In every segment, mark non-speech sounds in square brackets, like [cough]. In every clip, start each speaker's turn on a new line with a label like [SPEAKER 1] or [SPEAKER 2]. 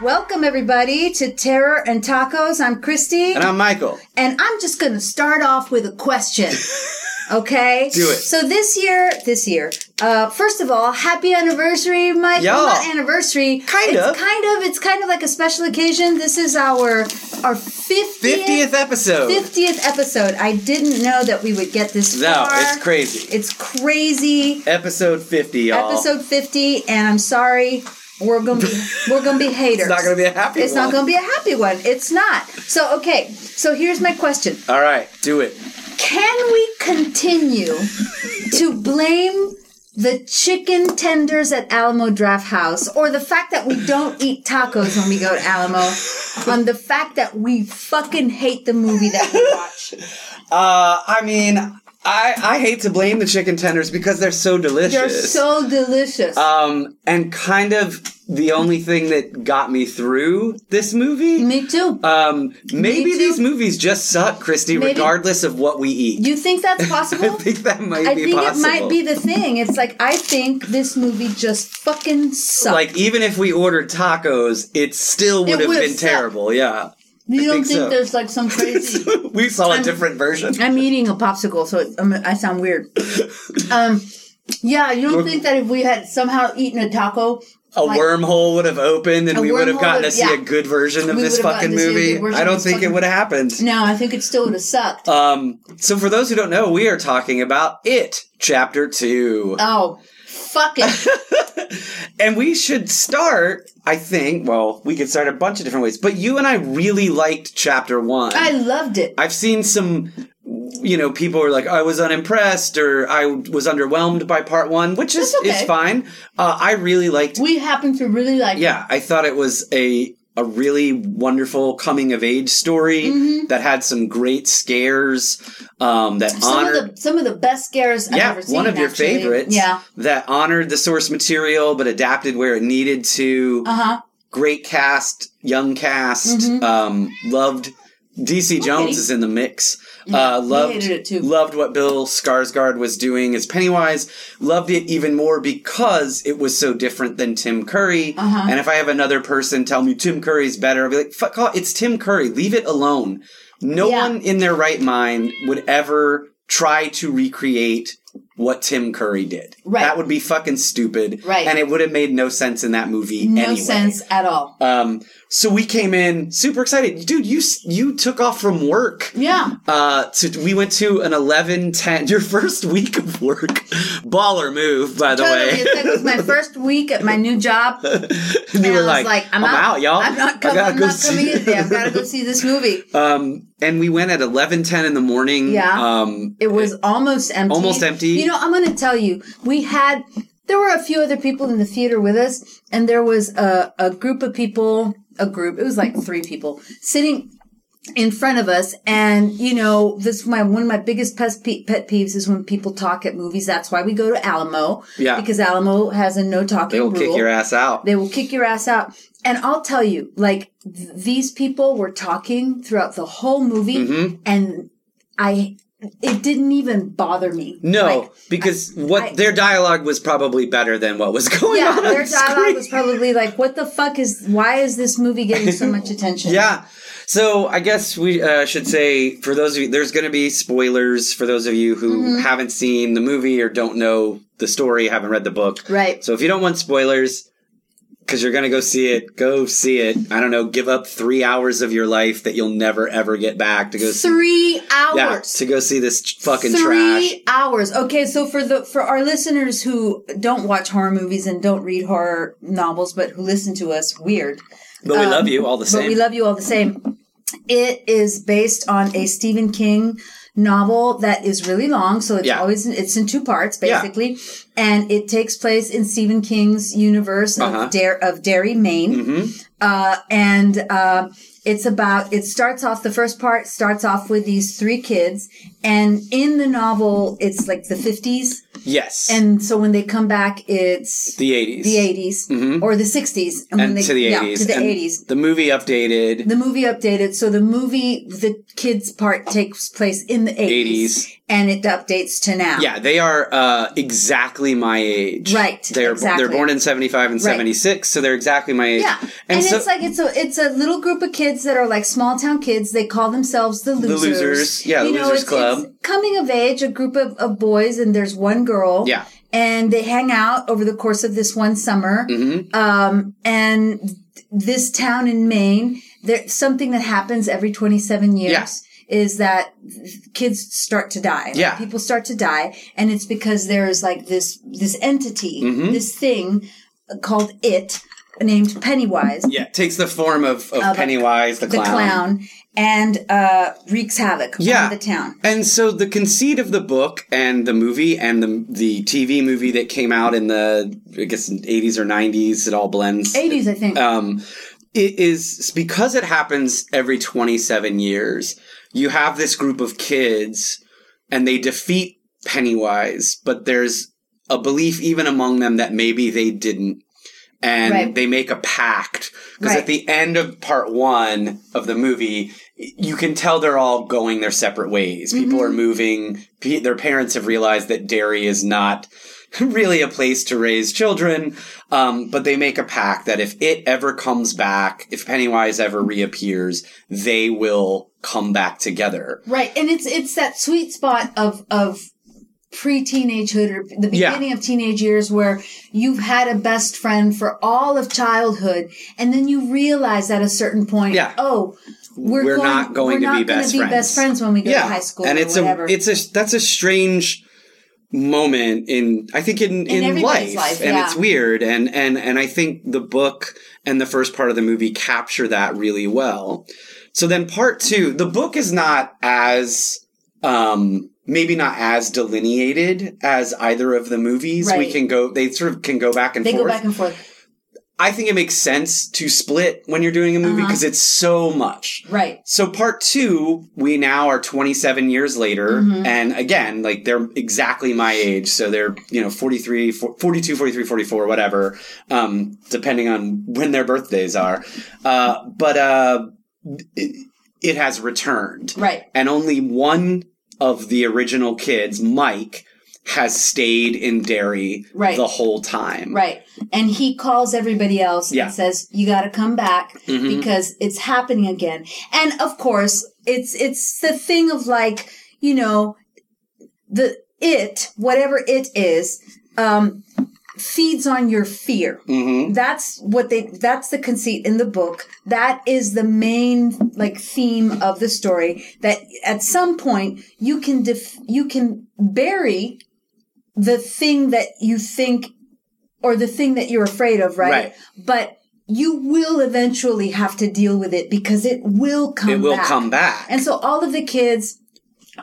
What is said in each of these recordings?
[SPEAKER 1] Welcome everybody to Terror and Tacos. I'm Christy,
[SPEAKER 2] And I'm Michael.
[SPEAKER 1] and I'm just going to start off with a question.
[SPEAKER 2] [laughs]
[SPEAKER 1] Okay,
[SPEAKER 2] Do it.
[SPEAKER 1] So this year, this year, uh, first of all, happy anniversary, Mike.
[SPEAKER 2] Yeah.
[SPEAKER 1] Well, not anniversary.
[SPEAKER 2] Kind
[SPEAKER 1] It's
[SPEAKER 2] of.
[SPEAKER 1] kind of. It's kind of like a special occasion. This is our our fiftieth
[SPEAKER 2] Fiftieth episode.
[SPEAKER 1] fiftieth episode. I didn't know that we would get this
[SPEAKER 2] No,
[SPEAKER 1] far.
[SPEAKER 2] it's crazy.
[SPEAKER 1] It's crazy.
[SPEAKER 2] Episode fifty, y'all.
[SPEAKER 1] Episode fifty, and I'm sorry. We're gonna be we're gonna be haters.
[SPEAKER 2] [laughs] it's not gonna be a happy
[SPEAKER 1] It's
[SPEAKER 2] one.
[SPEAKER 1] not going to be a happy one. It's not. So, okay. So here's my question.
[SPEAKER 2] All right, do it.
[SPEAKER 1] Can we continue to blame the chicken tenders at Alamo Draft House or the fact that we don't eat tacos when we go to Alamo on the fact that we fucking hate the movie that we
[SPEAKER 2] [laughs]
[SPEAKER 1] watch?
[SPEAKER 2] Uh, I mean, I I hate to blame the chicken tenders because they're so delicious.
[SPEAKER 1] They're so delicious.
[SPEAKER 2] um, and kind of the only thing that got me through this movie.
[SPEAKER 1] Me too.
[SPEAKER 2] Um, maybe
[SPEAKER 1] too.
[SPEAKER 2] these movies just suck, Christy,
[SPEAKER 1] Maybe.
[SPEAKER 2] regardless of what we eat. [laughs]
[SPEAKER 1] You think that's
[SPEAKER 2] I
[SPEAKER 1] possible?
[SPEAKER 2] think that might
[SPEAKER 1] I
[SPEAKER 2] be
[SPEAKER 1] think it
[SPEAKER 2] possible.
[SPEAKER 1] might be the thing. It's like I think this movie just fucking sucks.
[SPEAKER 2] like even if we ordered tacos, it still would have
[SPEAKER 1] would've
[SPEAKER 2] been
[SPEAKER 1] sucked.
[SPEAKER 2] terrible. Yeah,
[SPEAKER 1] you
[SPEAKER 2] I
[SPEAKER 1] don't
[SPEAKER 2] think
[SPEAKER 1] think
[SPEAKER 2] so.
[SPEAKER 1] there's like
[SPEAKER 2] [laughs]
[SPEAKER 1] some crazy
[SPEAKER 2] we saw a different version.
[SPEAKER 1] I'm eating a popsicle, so it, um, I sound weird. Um, yeah, you don't think that if we had somehow eaten a taco,
[SPEAKER 2] a
[SPEAKER 1] Like-
[SPEAKER 2] wormhole would have opened and
[SPEAKER 1] A
[SPEAKER 2] we would have
[SPEAKER 1] wormhole
[SPEAKER 2] gotten to
[SPEAKER 1] would-
[SPEAKER 2] see
[SPEAKER 1] yeah.
[SPEAKER 2] a good version of
[SPEAKER 1] We
[SPEAKER 2] this
[SPEAKER 1] would have
[SPEAKER 2] fucking
[SPEAKER 1] gotten to see a good
[SPEAKER 2] movie.
[SPEAKER 1] version
[SPEAKER 2] I don't
[SPEAKER 1] of this
[SPEAKER 2] think it
[SPEAKER 1] fucking-
[SPEAKER 2] would have happened.
[SPEAKER 1] no, I think it still would have sucked.
[SPEAKER 2] Um, so for those who don't know, we are talking about it, chapter two.
[SPEAKER 1] oh, fuck
[SPEAKER 2] [laughs]
[SPEAKER 1] it.
[SPEAKER 2] and we should start, I think, well, we could start a bunch of different ways, but you and I really liked chapter one.
[SPEAKER 1] I loved it.
[SPEAKER 2] I've seen some, you know, people are like, I was unimpressed or I was underwhelmed by part one, which is,
[SPEAKER 1] That's okay.
[SPEAKER 2] is fine. Uh, I really liked
[SPEAKER 1] We happen to really like
[SPEAKER 2] yeah, I thought it was a a really wonderful coming of age story that had some great scares um, that
[SPEAKER 1] Mm-hmm. some
[SPEAKER 2] honored.
[SPEAKER 1] of the some of the best scares I've
[SPEAKER 2] yeah,
[SPEAKER 1] ever seen.
[SPEAKER 2] one of your
[SPEAKER 1] actually.
[SPEAKER 2] favorites.
[SPEAKER 1] Yeah.
[SPEAKER 2] that honored the source material but adapted where it needed to.
[SPEAKER 1] Uh huh.
[SPEAKER 2] Great cast, young cast.
[SPEAKER 1] Mm-hmm.
[SPEAKER 2] Um, loved DC Jones is in the mix. uh, loved
[SPEAKER 1] hated it too.
[SPEAKER 2] loved what Bill Skarsgård was doing as Pennywise. Loved it even more because it was so different than Tim Curry.
[SPEAKER 1] Uh-huh.
[SPEAKER 2] And if I have another person tell me Tim Curry's better, I'll be like, "Fuck off! It's Tim Curry. Leave it alone." No
[SPEAKER 1] Yeah.
[SPEAKER 2] one in their right mind would ever try to recreate what Tim Curry did.
[SPEAKER 1] Right.
[SPEAKER 2] That would be fucking stupid.
[SPEAKER 1] Right.
[SPEAKER 2] And it would have made no sense in that movie
[SPEAKER 1] No
[SPEAKER 2] anyway.
[SPEAKER 1] sense at all.
[SPEAKER 2] Um, so we came in super excited, dude. You s- you took off from work.
[SPEAKER 1] Yeah.
[SPEAKER 2] Uh, to, we went to an 11 10, [laughs] your first week of work. Baller move, by the
[SPEAKER 1] Totally.
[SPEAKER 2] way. [laughs]
[SPEAKER 1] It was my first week at my new job.
[SPEAKER 2] and [laughs] you
[SPEAKER 1] and
[SPEAKER 2] were
[SPEAKER 1] I was
[SPEAKER 2] like, I'm, out. y'all.
[SPEAKER 1] I'm not
[SPEAKER 2] I
[SPEAKER 1] coming.
[SPEAKER 2] gotta
[SPEAKER 1] I'm
[SPEAKER 2] go
[SPEAKER 1] not
[SPEAKER 2] see-
[SPEAKER 1] coming in
[SPEAKER 2] [laughs]
[SPEAKER 1] today. I've got to go see this movie.
[SPEAKER 2] Um, and we went at 11 10 in the morning.
[SPEAKER 1] Yeah.
[SPEAKER 2] Um,
[SPEAKER 1] It was almost empty.
[SPEAKER 2] Almost empty.
[SPEAKER 1] You know, I'm going to tell you, we had, there were a few other people in the theater with us, and there was a, a group of people, a group, it was like three people sitting in front of us and you know this is my one of my biggest pet, pe- pet peeves is when people talk at movies that's why we go to alamo
[SPEAKER 2] Yeah.
[SPEAKER 1] because alamo has a no talking
[SPEAKER 2] they will
[SPEAKER 1] rule
[SPEAKER 2] kick your ass out.
[SPEAKER 1] they will kick your ass out. And I'll tell you, like th- these people were talking throughout the whole movie,
[SPEAKER 2] Mm-hmm.
[SPEAKER 1] and I, it didn't even bother me.
[SPEAKER 2] no,
[SPEAKER 1] Like,
[SPEAKER 2] because what
[SPEAKER 1] I-
[SPEAKER 2] their dialogue was probably better than what was [laughs] going
[SPEAKER 1] yeah,
[SPEAKER 2] on. on
[SPEAKER 1] their dialogue
[SPEAKER 2] screen.
[SPEAKER 1] was probably like, "What the fuck is? Why is this movie getting so much attention?"
[SPEAKER 2] [laughs] Yeah. So I guess we uh, should say for those of you, there's going to be spoilers for those of you who
[SPEAKER 1] Mm-hmm.
[SPEAKER 2] haven't seen the movie or don't know the story, haven't read the book.
[SPEAKER 1] Right.
[SPEAKER 2] So if you don't want spoilers, because you're going to go see it, go see it. I don't know, give up three hours of your life that you'll never ever get back to go see.
[SPEAKER 1] Three
[SPEAKER 2] Yeah,
[SPEAKER 1] hours.
[SPEAKER 2] to go see this ch- fucking
[SPEAKER 1] Three
[SPEAKER 2] trash.
[SPEAKER 1] hours. Okay, so for the for our listeners who don't watch horror movies and don't read horror novels, but who listen to us, weird.
[SPEAKER 2] But we love you all the
[SPEAKER 1] um, But we
[SPEAKER 2] same.
[SPEAKER 1] love you all the same. It is based on a Stephen King novel that is really long, so it's
[SPEAKER 2] Yeah.
[SPEAKER 1] always in, it's in two parts
[SPEAKER 2] Yeah.
[SPEAKER 1] basically, and it takes place in Stephen King's universe
[SPEAKER 2] Uh-huh. Mm-hmm.
[SPEAKER 1] of Dare of Derry, Maine, uh, and uh, it's about it starts off the first part starts off with these three kids, and in the novel it's like the fifties,
[SPEAKER 2] yes.
[SPEAKER 1] and so when they come back it's
[SPEAKER 2] the 80s.
[SPEAKER 1] the 80s or the sixties, and, when
[SPEAKER 2] And
[SPEAKER 1] they
[SPEAKER 2] to the 80s.
[SPEAKER 1] yeah, to the
[SPEAKER 2] And
[SPEAKER 1] eighties
[SPEAKER 2] The movie updated.
[SPEAKER 1] the movie updated. So the movie, the kids part takes place in the 80s,
[SPEAKER 2] 80s.
[SPEAKER 1] and it updates to now.
[SPEAKER 2] yeah, they are uh, exactly exactly my age.
[SPEAKER 1] Right,
[SPEAKER 2] They're
[SPEAKER 1] exactly.
[SPEAKER 2] they're born in 75 and
[SPEAKER 1] Right.
[SPEAKER 2] 76, so they're exactly my age.
[SPEAKER 1] Yeah, and,
[SPEAKER 2] And, so
[SPEAKER 1] it's like it's a it's a little group of kids that are like small town kids. They call themselves the losers.
[SPEAKER 2] Losers. Yeah, the Losers Club.
[SPEAKER 1] coming of age, a group of, of boys, and there's one girl.
[SPEAKER 2] Yeah.
[SPEAKER 1] and they hang out over the course of this one summer.
[SPEAKER 2] Mm-hmm.
[SPEAKER 1] Um, and th- this town in Maine, there something that happens every 27 years.
[SPEAKER 2] Yeah.
[SPEAKER 1] Is that kids start to die? Like,
[SPEAKER 2] Yeah.
[SPEAKER 1] people start to die, and it's because there is like this this entity,
[SPEAKER 2] Mm-hmm.
[SPEAKER 1] this thing called it, named Pennywise,
[SPEAKER 2] yeah, it takes the form of, of
[SPEAKER 1] a-
[SPEAKER 2] Pennywise the
[SPEAKER 1] the
[SPEAKER 2] clown.
[SPEAKER 1] clown and uh, wreaks havoc
[SPEAKER 2] Yeah.
[SPEAKER 1] on the town.
[SPEAKER 2] And so the conceit of the book and the movie and the the TV movie that came out in the I guess 80s or 90s, it all blends.
[SPEAKER 1] 80s, I think.
[SPEAKER 2] um, it is because it happens every 27 years you have this group of kids and they defeat pennywise but there's a belief even among them that maybe they didn't and
[SPEAKER 1] Right.
[SPEAKER 2] they make a pact because
[SPEAKER 1] Right.
[SPEAKER 2] at the end of part one of the movie y- you can tell they're all going their separate ways people are moving P- their parents have realized that dairy is not [laughs] really a place to raise children. Um, but they make a pact that if it ever comes back, if Pennywise ever reappears, they will come back together.
[SPEAKER 1] Right, and it's it's that sweet spot of of pre-teenagehood or the
[SPEAKER 2] Yeah.
[SPEAKER 1] beginning of teenage years where you've had a best friend for all of childhood, and then you realize at a certain point,
[SPEAKER 2] Yeah.
[SPEAKER 1] oh, we're,
[SPEAKER 2] We're not going
[SPEAKER 1] we're
[SPEAKER 2] to
[SPEAKER 1] not
[SPEAKER 2] be
[SPEAKER 1] gonna
[SPEAKER 2] best
[SPEAKER 1] be
[SPEAKER 2] friends.
[SPEAKER 1] best friends when we go to high school
[SPEAKER 2] and
[SPEAKER 1] or
[SPEAKER 2] it's
[SPEAKER 1] whatever.
[SPEAKER 2] a it's a that's a strange moment in I think in in,
[SPEAKER 1] everybody's
[SPEAKER 2] life,
[SPEAKER 1] life,
[SPEAKER 2] and
[SPEAKER 1] yeah.
[SPEAKER 2] it's weird and and and I think the book and the first part of the movie capture that really well. So then part 2, the book is not as um maybe not as delineated as either of the movies. We
[SPEAKER 1] Right.
[SPEAKER 2] can go they sort of can go back and
[SPEAKER 1] they
[SPEAKER 2] forth.
[SPEAKER 1] go back and forth.
[SPEAKER 2] I think it makes sense to split when you're doing a movie
[SPEAKER 1] Uh-huh.
[SPEAKER 2] because it's so much.
[SPEAKER 1] Right.
[SPEAKER 2] So part two, we now are 27 years later.
[SPEAKER 1] Mm-hmm.
[SPEAKER 2] And again, like they're exactly my age. So they're, you know, 43, 42, 43, 44, whatever, um, depending on when their birthdays are. Uh, but, uh, it, it has returned.
[SPEAKER 1] Right.
[SPEAKER 2] And only one of the original kids, Mike, has stayed in Derry
[SPEAKER 1] Right.
[SPEAKER 2] the whole time.
[SPEAKER 1] Right. And he calls everybody else
[SPEAKER 2] Yeah. Mm-hmm.
[SPEAKER 1] and says, You gotta come back because it's happening again. And of course, it's it's the thing of like, you know, the it, whatever it is, um, feeds on your fear.
[SPEAKER 2] hmm
[SPEAKER 1] That's what they that's the conceit in the book. That is the main like theme of the story that at some point you can def- you can bury the thing that you think or the thing that you're afraid of, right?
[SPEAKER 2] Right.
[SPEAKER 1] But you will eventually have to deal with it because it will come
[SPEAKER 2] It will come back.
[SPEAKER 1] and so all of the kids,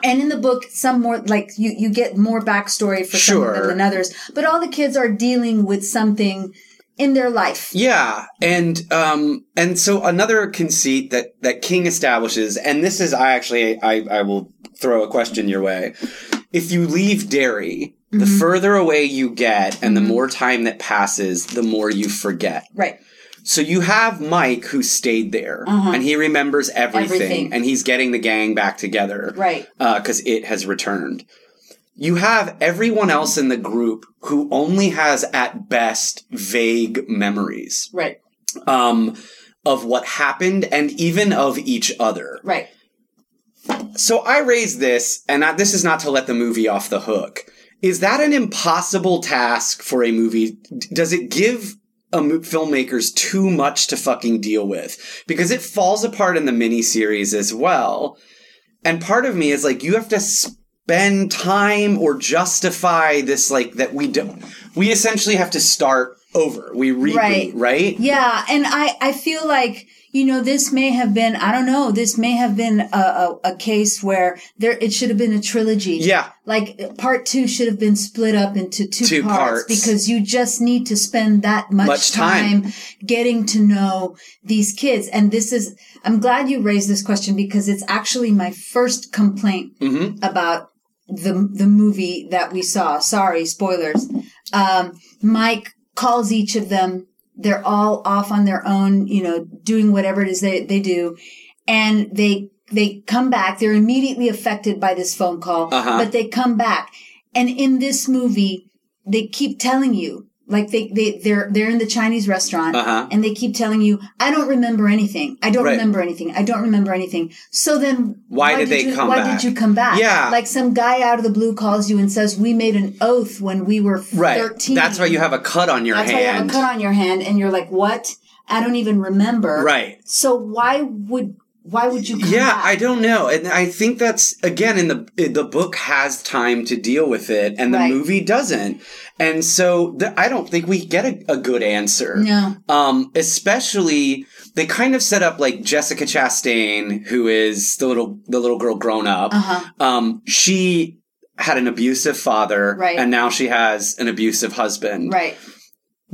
[SPEAKER 1] and in the book, some more like you you get more backstory for some of
[SPEAKER 2] Sure.
[SPEAKER 1] them than others, but all the kids are dealing with something in their life.
[SPEAKER 2] Yeah, and um, and so another conceit that that King establishes, and this is I actually I I will throw a question your way. If you leave Derry, the
[SPEAKER 1] Mm-hmm.
[SPEAKER 2] further away you get, and the more time that passes, the more you forget.
[SPEAKER 1] Right.
[SPEAKER 2] So you have Mike who stayed there, and he remembers everything,
[SPEAKER 1] Uh-huh. Everything.
[SPEAKER 2] and he's getting the gang back together,
[SPEAKER 1] Right.
[SPEAKER 2] Because it has returned. You have everyone else in the group who only has at best vague memories
[SPEAKER 1] Right.
[SPEAKER 2] um, of what happened and even of each other.
[SPEAKER 1] Right.
[SPEAKER 2] So I raise this, and I, this is not to let the movie off the hook. Is that an impossible task for a movie? D- Does it give a mo- filmmakers too much to fucking deal with? Because it falls apart in the miniseries as well. And part of me is like, you have to spend time or justify this, like that we don't. We essentially have to start over. We reboot,
[SPEAKER 1] Right.
[SPEAKER 2] right?
[SPEAKER 1] Yeah, and I I feel like you know this may have been I don't know this may have been a a, a case where there it should have been a trilogy.
[SPEAKER 2] Yeah.
[SPEAKER 1] Like part two should have been split up into two,
[SPEAKER 2] Two
[SPEAKER 1] parts,
[SPEAKER 2] parts.
[SPEAKER 1] because you just need to spend that much,
[SPEAKER 2] Much time.
[SPEAKER 1] getting to know these kids. And this is, I'm glad you raised this question because it's actually my first complaint
[SPEAKER 2] Mm-hmm.
[SPEAKER 1] about the the movie that we saw. Sorry, spoilers. Um, Mike calls each of them. They're all off on their own, you know, doing whatever it is they, they do. And they, they come back. They're immediately affected by this phone call,
[SPEAKER 2] Uh-huh.
[SPEAKER 1] but they come back. And in this movie, they keep telling you like they they they're they're in the Chinese restaurant
[SPEAKER 2] Uh-huh.
[SPEAKER 1] and they keep telling you I don't remember anything. I don't
[SPEAKER 2] Right.
[SPEAKER 1] remember anything. I don't remember anything. So then
[SPEAKER 2] Why did they
[SPEAKER 1] you,
[SPEAKER 2] come
[SPEAKER 1] Why
[SPEAKER 2] back?
[SPEAKER 1] did you come back?
[SPEAKER 2] Yeah.
[SPEAKER 1] like some guy out of the blue calls you and says we made an oath when we were
[SPEAKER 2] Right.
[SPEAKER 1] thirteen.
[SPEAKER 2] That's why you have a cut on your
[SPEAKER 1] That's why you have
[SPEAKER 2] hand.
[SPEAKER 1] a cut on your hand and you're like what? I don't even remember.
[SPEAKER 2] right.
[SPEAKER 1] So why would why would you? Come
[SPEAKER 2] Yeah,
[SPEAKER 1] back?
[SPEAKER 2] I don't know, and I think that's again in the the book has time to deal with it, and the
[SPEAKER 1] Right.
[SPEAKER 2] movie doesn't, and so th- I don't think we get a, a good answer.
[SPEAKER 1] no.
[SPEAKER 2] Um, especially they kind of set up like Jessica Chastain, who is the little the little girl grown up.
[SPEAKER 1] Uh huh.
[SPEAKER 2] Um, she had an abusive father,
[SPEAKER 1] Right.
[SPEAKER 2] and now she has an abusive husband.
[SPEAKER 1] Right.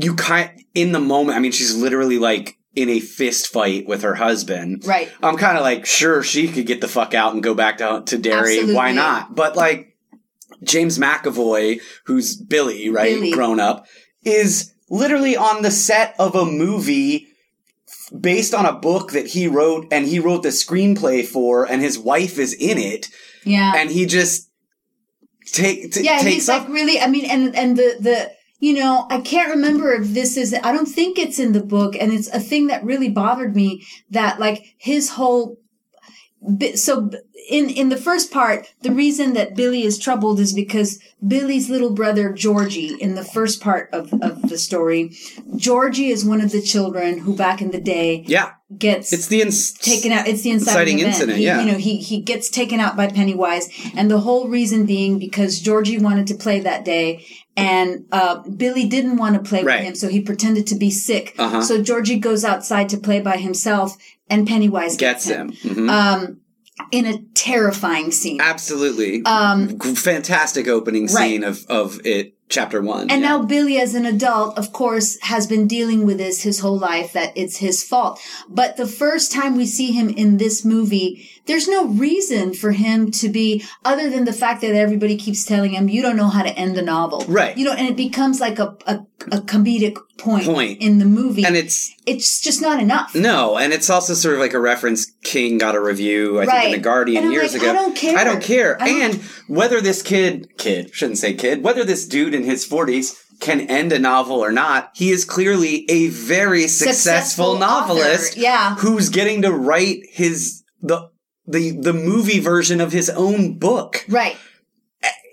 [SPEAKER 2] You kind in the moment. I mean, she's literally like in a fist fight with her husband.
[SPEAKER 1] Right.
[SPEAKER 2] I'm kind of like, sure, she could get the fuck out and go back to to Derry. Why
[SPEAKER 1] Absolutely.
[SPEAKER 2] not? But like James McAvoy, who's Billy, right,
[SPEAKER 1] Billy.
[SPEAKER 2] grown up, is literally on the set of a movie f- based on a book that he wrote and he wrote the screenplay for and his wife is in it
[SPEAKER 1] Yeah.
[SPEAKER 2] and he just take t-
[SPEAKER 1] yeah,
[SPEAKER 2] takes
[SPEAKER 1] he's
[SPEAKER 2] up
[SPEAKER 1] like really. I mean, and and the the you know, I can't remember if this is. I don't think it's in the book, and it's a thing that really bothered me. That like his whole. bi- So in in the first part, the reason that Billy is troubled is because Billy's little brother Georgie, in the first part of of the story, Georgie is one of the children who back in the day
[SPEAKER 2] yeah,
[SPEAKER 1] gets
[SPEAKER 2] it's the ins-
[SPEAKER 1] taken out. It's the inciting,
[SPEAKER 2] Inciting
[SPEAKER 1] event.
[SPEAKER 2] incident,
[SPEAKER 1] He-
[SPEAKER 2] yeah.
[SPEAKER 1] You know, he he gets taken out by Pennywise, and the whole reason being because Georgie wanted to play that day, and uh, Billy didn't want to play
[SPEAKER 2] Right.
[SPEAKER 1] with him, so he pretended to be sick.
[SPEAKER 2] Uh-huh.
[SPEAKER 1] So Georgie goes outside to play by himself, and Pennywise gets,
[SPEAKER 2] gets him. Mhm.
[SPEAKER 1] Um, in a terrifying scene.
[SPEAKER 2] Absolutely,
[SPEAKER 1] Um,
[SPEAKER 2] G- fantastic opening
[SPEAKER 1] Right.
[SPEAKER 2] scene of of it, chapter one.
[SPEAKER 1] And
[SPEAKER 2] yeah.
[SPEAKER 1] now Billy, as an adult, of course, has been dealing with this his whole life, that it's his fault. But the first time we see him in this movie, there's no reason for him to be, other than the fact that everybody keeps telling him, you don't know how to end the novel.
[SPEAKER 2] Right.
[SPEAKER 1] You know, and it becomes like a, a, a comedic point,
[SPEAKER 2] Point.
[SPEAKER 1] in the movie.
[SPEAKER 2] and it's
[SPEAKER 1] it's just not enough.
[SPEAKER 2] No, and it's also sort of like a reference. King got a review, I think, in
[SPEAKER 1] Right.
[SPEAKER 2] the Guardian
[SPEAKER 1] And I'm
[SPEAKER 2] years
[SPEAKER 1] like,
[SPEAKER 2] ago.
[SPEAKER 1] I don't care.
[SPEAKER 2] I don't care.
[SPEAKER 1] I don't-
[SPEAKER 2] and whether this kid, kid, shouldn't say kid, whether this dude in his forties can end a novel or not, he is clearly a very successful,
[SPEAKER 1] Successful author,
[SPEAKER 2] novelist.
[SPEAKER 1] yeah.
[SPEAKER 2] who's getting to write his the the the movie version of his own book.
[SPEAKER 1] Right.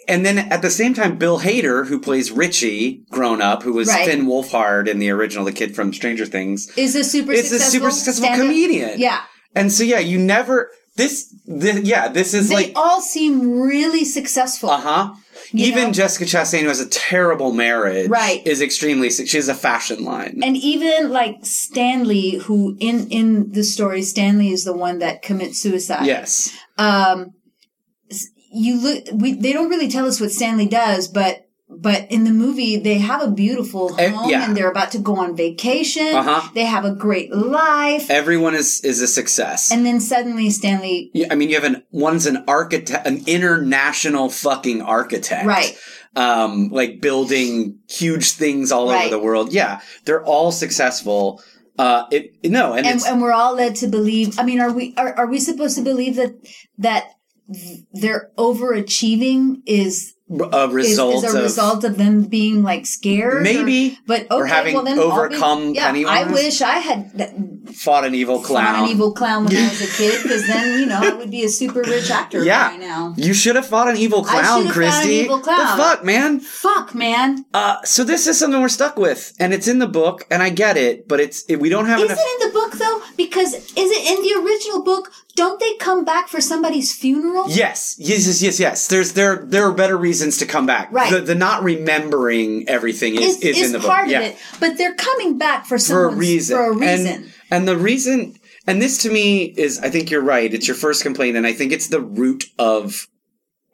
[SPEAKER 2] And then at the same time, Bill Hader, who plays Richie, grown up, who was
[SPEAKER 1] Right.
[SPEAKER 2] Finn Wolfhard in the original, the kid from Stranger Things,
[SPEAKER 1] Is a super
[SPEAKER 2] is a
[SPEAKER 1] successful
[SPEAKER 2] super successful
[SPEAKER 1] stand-up-
[SPEAKER 2] comedian.
[SPEAKER 1] Yeah.
[SPEAKER 2] And so yeah, you never this, this yeah, this is
[SPEAKER 1] They
[SPEAKER 2] like
[SPEAKER 1] all seem really successful.
[SPEAKER 2] uh-huh.
[SPEAKER 1] You
[SPEAKER 2] Even
[SPEAKER 1] know?
[SPEAKER 2] Jessica Chastain who has a terrible marriage
[SPEAKER 1] Right.
[SPEAKER 2] is extremely sick. She has a fashion line.
[SPEAKER 1] and even like Stanley, who in in the story, Stanley is the one that commits suicide.
[SPEAKER 2] yes.
[SPEAKER 1] Um, s- you look. We they don't really tell us what Stanley does, but but in the movie they have a beautiful
[SPEAKER 2] Eh,
[SPEAKER 1] home
[SPEAKER 2] yeah.
[SPEAKER 1] and they're about to go on vacation.
[SPEAKER 2] Uh-huh. Eh.
[SPEAKER 1] They have a great life,
[SPEAKER 2] Everyone is is a success.
[SPEAKER 1] and then suddenly Stanley.
[SPEAKER 2] Yeah, I mean, you have an one's an architect, an international fucking architect,
[SPEAKER 1] Right.
[SPEAKER 2] Um, like building huge things all over
[SPEAKER 1] Right.
[SPEAKER 2] the world. Yeah, they're all successful. Uh, it no, and,
[SPEAKER 1] And,
[SPEAKER 2] it's,
[SPEAKER 1] and we're all led to believe. I mean, are we are, are we supposed to believe that that th- they're overachieving is
[SPEAKER 2] a
[SPEAKER 1] is,
[SPEAKER 2] result
[SPEAKER 1] is a
[SPEAKER 2] of
[SPEAKER 1] result of them being like scared? or-
[SPEAKER 2] Maybe.
[SPEAKER 1] but okay,
[SPEAKER 2] Or having
[SPEAKER 1] well, then I'll be-
[SPEAKER 2] overcome
[SPEAKER 1] yeah,
[SPEAKER 2] Pennywise.
[SPEAKER 1] I wish I had that,
[SPEAKER 2] fought an evil clown.
[SPEAKER 1] fought an evil clown when I was a
[SPEAKER 2] [laughs]
[SPEAKER 1] kid, because then you know I would be a super rich actor
[SPEAKER 2] yeah,
[SPEAKER 1] right now.
[SPEAKER 2] you should have fought an evil
[SPEAKER 1] I should have
[SPEAKER 2] clown,
[SPEAKER 1] fought an
[SPEAKER 2] Christy.
[SPEAKER 1] evil clown.
[SPEAKER 2] The fuck, man.
[SPEAKER 1] Fuck, man!
[SPEAKER 2] Uh, so this is something we're stuck with, and it's in the book, and I get it, but it's it, we don't have
[SPEAKER 1] Is
[SPEAKER 2] enough.
[SPEAKER 1] it in the book though? Because is it in the original book? Don't they come back for somebody's funeral?
[SPEAKER 2] Yes, yes, yes, yes, yes. There's there there are better reasons to come back.
[SPEAKER 1] Right.
[SPEAKER 2] The, the not remembering everything is,
[SPEAKER 1] is,
[SPEAKER 2] is, in the book.
[SPEAKER 1] part
[SPEAKER 2] yeah.
[SPEAKER 1] of it, but they're coming back for
[SPEAKER 2] For a
[SPEAKER 1] someone's-
[SPEAKER 2] reason.
[SPEAKER 1] For a reason.
[SPEAKER 2] And, and the reason and this to me is I think you're right. It's your first complaint, and I think it's the root of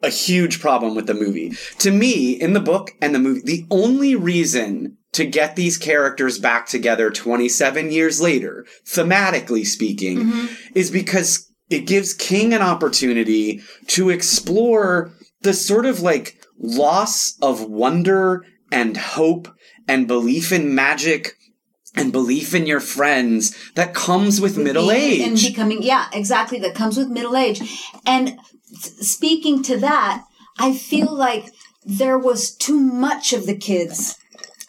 [SPEAKER 2] a huge problem with the movie. To me, in the book and the movie, the only reason to get these characters back together 27 years later, thematically speaking,
[SPEAKER 1] Mm-hmm.
[SPEAKER 2] is because it gives King an opportunity to explore the sort of like loss of wonder and hope and belief in magic and belief in your friends that comes with middle
[SPEAKER 1] being-
[SPEAKER 2] age.
[SPEAKER 1] and becoming yeah exactly that comes with middle age and s- speaking to that i feel like there was too much of the kids.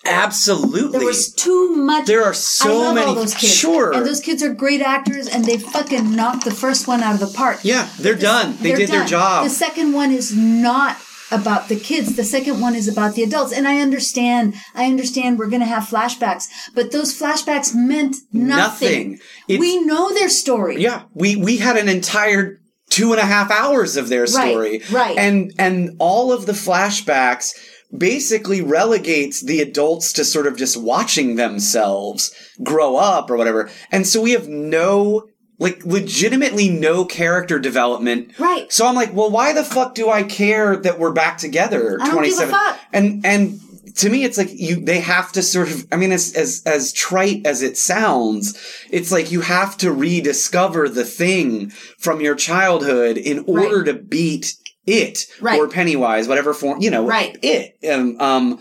[SPEAKER 2] Absolutely.
[SPEAKER 1] There was too much.
[SPEAKER 2] There are
[SPEAKER 1] I
[SPEAKER 2] so
[SPEAKER 1] love
[SPEAKER 2] many.
[SPEAKER 1] all those kids.
[SPEAKER 2] Sure.
[SPEAKER 1] And those kids are great actors, and they fucking knocked the first one out of the park.
[SPEAKER 2] yeah, they're done. They
[SPEAKER 1] They're
[SPEAKER 2] did their
[SPEAKER 1] done.
[SPEAKER 2] job.
[SPEAKER 1] The second one is not about the kids. The second one is about the adults. And I understand. I understand we're going to have flashbacks, but those flashbacks meant nothing.
[SPEAKER 2] Nothing. It's-
[SPEAKER 1] We know their story.
[SPEAKER 2] yeah, we we had an entire two and a half hours of their story.
[SPEAKER 1] right.
[SPEAKER 2] And and all of the flashbacks basically relegates the adults to sort of just watching themselves grow up or whatever. And so we have no like legitimately no character development
[SPEAKER 1] Right.
[SPEAKER 2] So I'm like, well, why the fuck do I care that we're back together?
[SPEAKER 1] I don't give a fuck.
[SPEAKER 2] And and to me, it's like you they have to sort of. I mean, as as as trite as it sounds, it's like you have to rediscover the thing from your childhood in order to beat it
[SPEAKER 1] Right.
[SPEAKER 2] or Pennywise, whatever form you know,
[SPEAKER 1] Right.
[SPEAKER 2] It um. um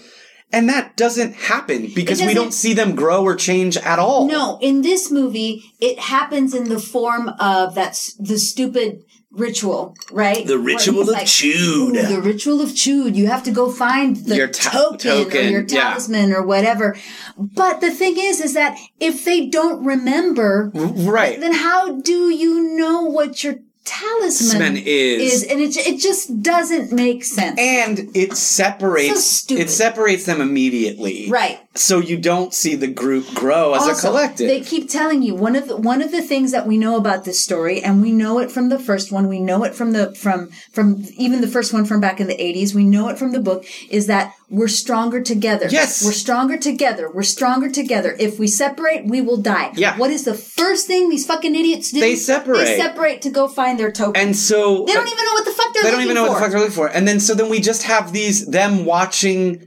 [SPEAKER 2] and that doesn't happen because we
[SPEAKER 1] doesn't-
[SPEAKER 2] don't see them grow or change at all.
[SPEAKER 1] No, in this movie, it happens in the form of that's the stupid ritual, right?
[SPEAKER 2] The ritual
[SPEAKER 1] Where he's
[SPEAKER 2] of Chewed.
[SPEAKER 1] "Ooh, The ritual of chewed. You have to go find the
[SPEAKER 2] Your ta-
[SPEAKER 1] token, or
[SPEAKER 2] token,
[SPEAKER 1] your
[SPEAKER 2] yeah.
[SPEAKER 1] talisman or whatever. But the thing is, is that if they don't remember,
[SPEAKER 2] Right.
[SPEAKER 1] then how do you know what your talisman
[SPEAKER 2] Talisman is.
[SPEAKER 1] is? And it, it just doesn't make sense.
[SPEAKER 2] and it separates
[SPEAKER 1] So stupid.
[SPEAKER 2] it separates them immediately
[SPEAKER 1] Right.
[SPEAKER 2] so you don't see the group grow as
[SPEAKER 1] Also,
[SPEAKER 2] a collective
[SPEAKER 1] They keep telling you one of the, one of the things that we know about this story, and we know it from the first one. We know it from the from from even the first one from back in the eighties. We know it from the book. Is that we're stronger together?
[SPEAKER 2] Yes.
[SPEAKER 1] we're stronger together. We're stronger together. If we separate, we will die.
[SPEAKER 2] Yeah.
[SPEAKER 1] What is the first thing these fucking idiots do?
[SPEAKER 2] They separate.
[SPEAKER 1] They separate to go find their token.
[SPEAKER 2] and so
[SPEAKER 1] they don't even know what the fuck they're.
[SPEAKER 2] they don't even know
[SPEAKER 1] looking
[SPEAKER 2] what
[SPEAKER 1] for.
[SPEAKER 2] the fuck they're looking for and then so then we just have these them watching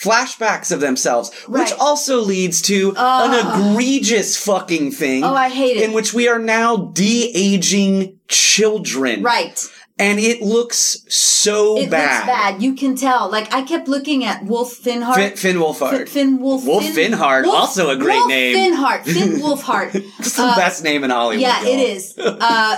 [SPEAKER 2] flashbacks of themselves which
[SPEAKER 1] Right.
[SPEAKER 2] also leads to an egregious fucking thing
[SPEAKER 1] Oh, I hate it.
[SPEAKER 2] in which we are now de-aging children
[SPEAKER 1] Right.
[SPEAKER 2] and it looks so
[SPEAKER 1] It looks bad. You can tell. Like I kept looking at Wolf Finhart.
[SPEAKER 2] Fin, Finn Wolfhard.
[SPEAKER 1] Fin, Finn Wolf.
[SPEAKER 2] Wolf Finhard, also a great
[SPEAKER 1] Wolf
[SPEAKER 2] name.
[SPEAKER 1] Finhart. Finn
[SPEAKER 2] [laughs]
[SPEAKER 1] Wolfhard.
[SPEAKER 2] It's the best name in Hollywood.
[SPEAKER 1] Uh, yeah, it
[SPEAKER 2] y'all.
[SPEAKER 1] is. Uh,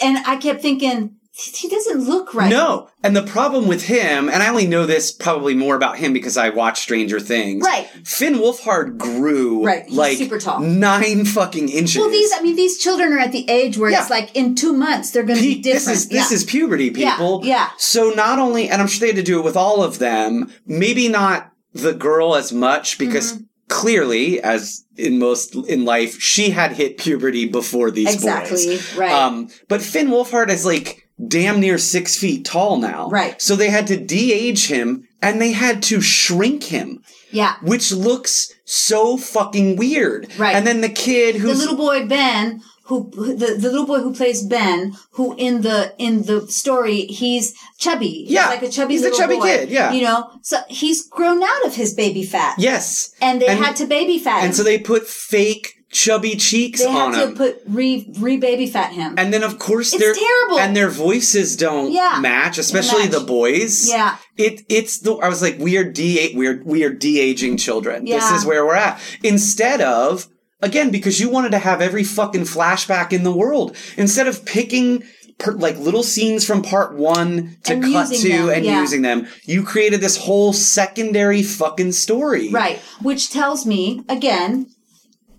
[SPEAKER 1] and I kept thinking, he doesn't look right.
[SPEAKER 2] No. And the problem with him, and I only know this probably more about him because I watch Stranger Things.
[SPEAKER 1] Right.
[SPEAKER 2] Finn Wolfhard grew
[SPEAKER 1] Right, he's
[SPEAKER 2] like
[SPEAKER 1] super tall.
[SPEAKER 2] nine fucking inches.
[SPEAKER 1] Well, these, I mean, these children are at the age where it's
[SPEAKER 2] Yeah.
[SPEAKER 1] like in two months they're going to be
[SPEAKER 2] Peak-
[SPEAKER 1] different.
[SPEAKER 2] this is this
[SPEAKER 1] Yeah.
[SPEAKER 2] is puberty,
[SPEAKER 1] Yeah,
[SPEAKER 2] people.
[SPEAKER 1] yeah.
[SPEAKER 2] So not only, and I'm sure they had to do it with all of them. Maybe not the girl as much because
[SPEAKER 1] Mm-hmm.
[SPEAKER 2] clearly, as in most in life, she had hit puberty before these boys.
[SPEAKER 1] exactly right.
[SPEAKER 2] Um, but Finn Wolfhard is like damn near six feet tall now.
[SPEAKER 1] Right.
[SPEAKER 2] So they had to de-age him and they had to shrink him,
[SPEAKER 1] yeah,
[SPEAKER 2] which looks so fucking weird.
[SPEAKER 1] Right.
[SPEAKER 2] And then the kid
[SPEAKER 1] the
[SPEAKER 2] who's
[SPEAKER 1] little boy Ben, who the, the little boy who plays Ben, who in the in the story he's chubby. He's
[SPEAKER 2] Yeah.
[SPEAKER 1] like a chubby.
[SPEAKER 2] He's a
[SPEAKER 1] little
[SPEAKER 2] chubby
[SPEAKER 1] boy,
[SPEAKER 2] kid, yeah.
[SPEAKER 1] you know. So he's grown out of his baby fat.
[SPEAKER 2] yes,
[SPEAKER 1] and they
[SPEAKER 2] And-
[SPEAKER 1] had to baby fat. him.
[SPEAKER 2] and so they put fake chubby cheeks
[SPEAKER 1] they
[SPEAKER 2] on
[SPEAKER 1] had to
[SPEAKER 2] him.
[SPEAKER 1] put re re baby fat him.
[SPEAKER 2] and then of course
[SPEAKER 1] It's
[SPEAKER 2] they're
[SPEAKER 1] terrible.
[SPEAKER 2] and their voices don't
[SPEAKER 1] Yeah.
[SPEAKER 2] match, especially
[SPEAKER 1] match.
[SPEAKER 2] the boys.
[SPEAKER 1] Yeah.
[SPEAKER 2] It it's the I was like we are de we are we are de aging children.
[SPEAKER 1] Yeah.
[SPEAKER 2] This is where we're at. Instead of again because you wanted to have every fucking flashback in the world instead of picking per, like little scenes from part one to
[SPEAKER 1] And
[SPEAKER 2] cut to
[SPEAKER 1] using them,
[SPEAKER 2] and
[SPEAKER 1] yeah.
[SPEAKER 2] using them. You created this whole secondary fucking story.
[SPEAKER 1] Right. Which tells me, again,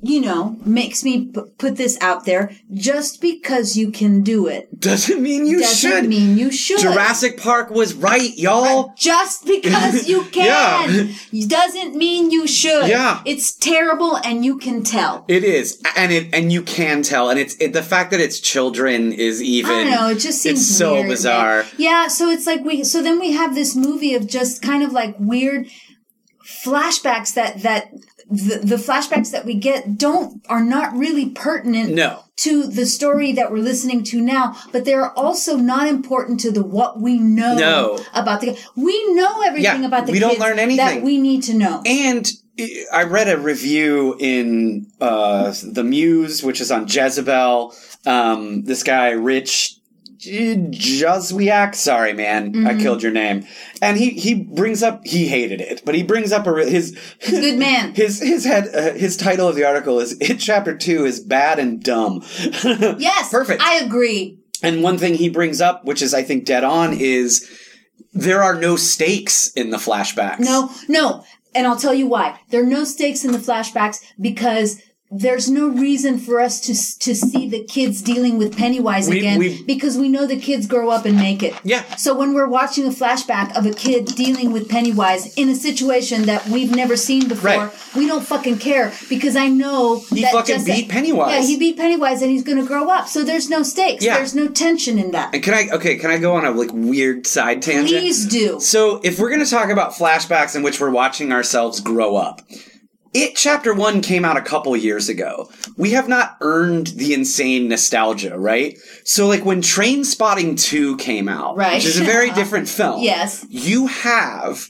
[SPEAKER 1] you know, makes me p- put this out there just because you can do it
[SPEAKER 2] [laughs] Doesn't mean you
[SPEAKER 1] doesn't
[SPEAKER 2] should.
[SPEAKER 1] mean you should.
[SPEAKER 2] Jurassic Park was right, y'all.
[SPEAKER 1] just
[SPEAKER 2] [laughs]
[SPEAKER 1] because you
[SPEAKER 2] Yeah.
[SPEAKER 1] can doesn't mean you should.
[SPEAKER 2] Yeah.
[SPEAKER 1] It's terrible and you can tell.
[SPEAKER 2] It is, and it and you can tell, and it's it, the fact that it's children is even.
[SPEAKER 1] I don't know. It just seems
[SPEAKER 2] it's so
[SPEAKER 1] weird, man.
[SPEAKER 2] bizarre.
[SPEAKER 1] Yeah. So it's like we. So then we have this movie of just kind of like weird flashbacks that that the, the flashbacks that we get don't are not really pertinent
[SPEAKER 2] No,
[SPEAKER 1] to the story that we're listening to now, but they're also not important to the what we know
[SPEAKER 2] No.
[SPEAKER 1] about the. We know everything
[SPEAKER 2] Yeah,
[SPEAKER 1] about the.
[SPEAKER 2] we don't
[SPEAKER 1] kids
[SPEAKER 2] learn anything.
[SPEAKER 1] that we need to know.
[SPEAKER 2] and I- I read a review in uh, the Muse, which is on Jezebel. Um, this guy Rich J- Juzwiak, sorry man,
[SPEAKER 1] Mm-hmm.
[SPEAKER 2] I killed your name, and he he brings up he hated it, but he brings up a, re- his
[SPEAKER 1] Good
[SPEAKER 2] [laughs]
[SPEAKER 1] man.
[SPEAKER 2] his his head uh, his title of the article is "It Chapter Two is Bad and Dumb." [laughs]
[SPEAKER 1] Yes,
[SPEAKER 2] perfect.
[SPEAKER 1] I agree.
[SPEAKER 2] And one thing he brings up, which is I think dead on, is there are no stakes in the flashbacks.
[SPEAKER 1] No, no. And I'll tell you why. There are no stakes in the flashbacks because there's no reason for us to to see the kids dealing with Pennywise
[SPEAKER 2] We-
[SPEAKER 1] again
[SPEAKER 2] we-
[SPEAKER 1] because we know the kids grow up and make it.
[SPEAKER 2] Yeah.
[SPEAKER 1] So when we're watching a flashback of a kid dealing with Pennywise in a situation that we've never seen before,
[SPEAKER 2] Right.
[SPEAKER 1] we don't fucking care because I know
[SPEAKER 2] He
[SPEAKER 1] that
[SPEAKER 2] fucking
[SPEAKER 1] just-
[SPEAKER 2] beat Pennywise.
[SPEAKER 1] Yeah, he beat Pennywise and he's going to grow up. So there's no stakes.
[SPEAKER 2] Yeah.
[SPEAKER 1] There's no tension in that.
[SPEAKER 2] And can I okay, can I go on a like weird side tangent?
[SPEAKER 1] Please do.
[SPEAKER 2] So, if we're going to talk about flashbacks in which we're watching ourselves grow up, it chapter 1 came out a couple years ago. We have not earned the insane nostalgia, right? So like when Train Spotting 2 came out,
[SPEAKER 1] Right.
[SPEAKER 2] which is a
[SPEAKER 1] [laughs]
[SPEAKER 2] very different film.
[SPEAKER 1] Yes.
[SPEAKER 2] You have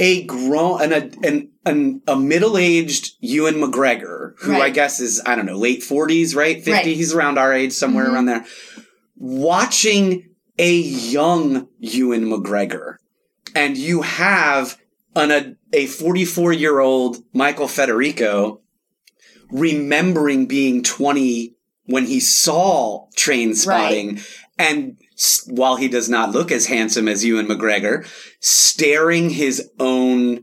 [SPEAKER 2] a grown an an, an a middle-aged Ewan McGregor, who I
[SPEAKER 1] Right.
[SPEAKER 2] guess is I don't know, late 40s, right? 50,
[SPEAKER 1] Right. Mm-hmm.
[SPEAKER 2] he's around our age somewhere around there. Watching a young Ewan McGregor and you have an a, a 44 year old Michael Federico remembering being 20 when he saw train spotting and s- while he does not look as handsome as Ewan McGregor staring his own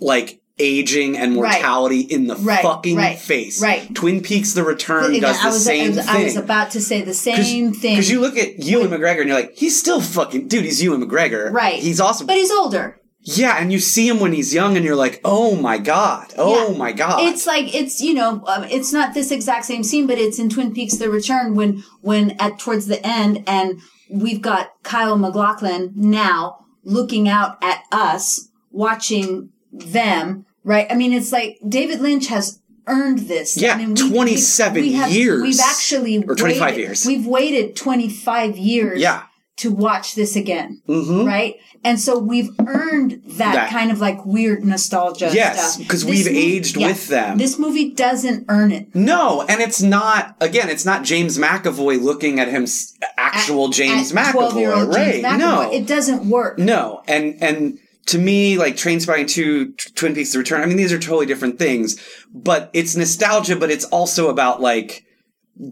[SPEAKER 2] like aging and
[SPEAKER 1] Right.
[SPEAKER 2] mortality in the
[SPEAKER 1] Right,
[SPEAKER 2] fucking
[SPEAKER 1] right,
[SPEAKER 2] face
[SPEAKER 1] right.
[SPEAKER 2] twin peaks the return does the
[SPEAKER 1] I was,
[SPEAKER 2] same
[SPEAKER 1] I, was,
[SPEAKER 2] thing
[SPEAKER 1] I was about to say the same thing.
[SPEAKER 2] because you look at Ewan McGregor and you're like, he's still fucking dude. He's Ewan McGregor,
[SPEAKER 1] Right.
[SPEAKER 2] He's awesome,
[SPEAKER 1] but he's older.
[SPEAKER 2] yeah, and you see him when he's young, and you're like, oh my god, oh
[SPEAKER 1] Yeah.
[SPEAKER 2] my god.
[SPEAKER 1] It's like it's you know um, it's not this exact same scene, but it's in Twin Peaks: The Return when when at towards the end, and we've got Kyle McLaughlin now looking out at us watching them. Right? I mean, it's like David Lynch has earned this.
[SPEAKER 2] Yeah,
[SPEAKER 1] I mean,
[SPEAKER 2] 27
[SPEAKER 1] we have-
[SPEAKER 2] years.
[SPEAKER 1] We've actually
[SPEAKER 2] Or 25
[SPEAKER 1] waited-
[SPEAKER 2] years.
[SPEAKER 1] We've waited twenty five years.
[SPEAKER 2] Yeah.
[SPEAKER 1] To watch this again,
[SPEAKER 2] Mhm.
[SPEAKER 1] right? And so we've earned that,
[SPEAKER 2] That-
[SPEAKER 1] kind of like weird nostalgia.
[SPEAKER 2] Yes,
[SPEAKER 1] stuff.
[SPEAKER 2] 'cause
[SPEAKER 1] This
[SPEAKER 2] we've aged with them.
[SPEAKER 1] This movie doesn't earn it.
[SPEAKER 2] no, and it's not. Again, it's not James McAvoy looking at him, s- actual James
[SPEAKER 1] At 12-year-old
[SPEAKER 2] McAvoy, right?
[SPEAKER 1] James McAvoy.
[SPEAKER 2] No,
[SPEAKER 1] it doesn't work.
[SPEAKER 2] no, and and to me, like Train Spotting Two, T- Twin Peaks: The Return. I mean, these are totally different things, but it's nostalgia, but it's also about like.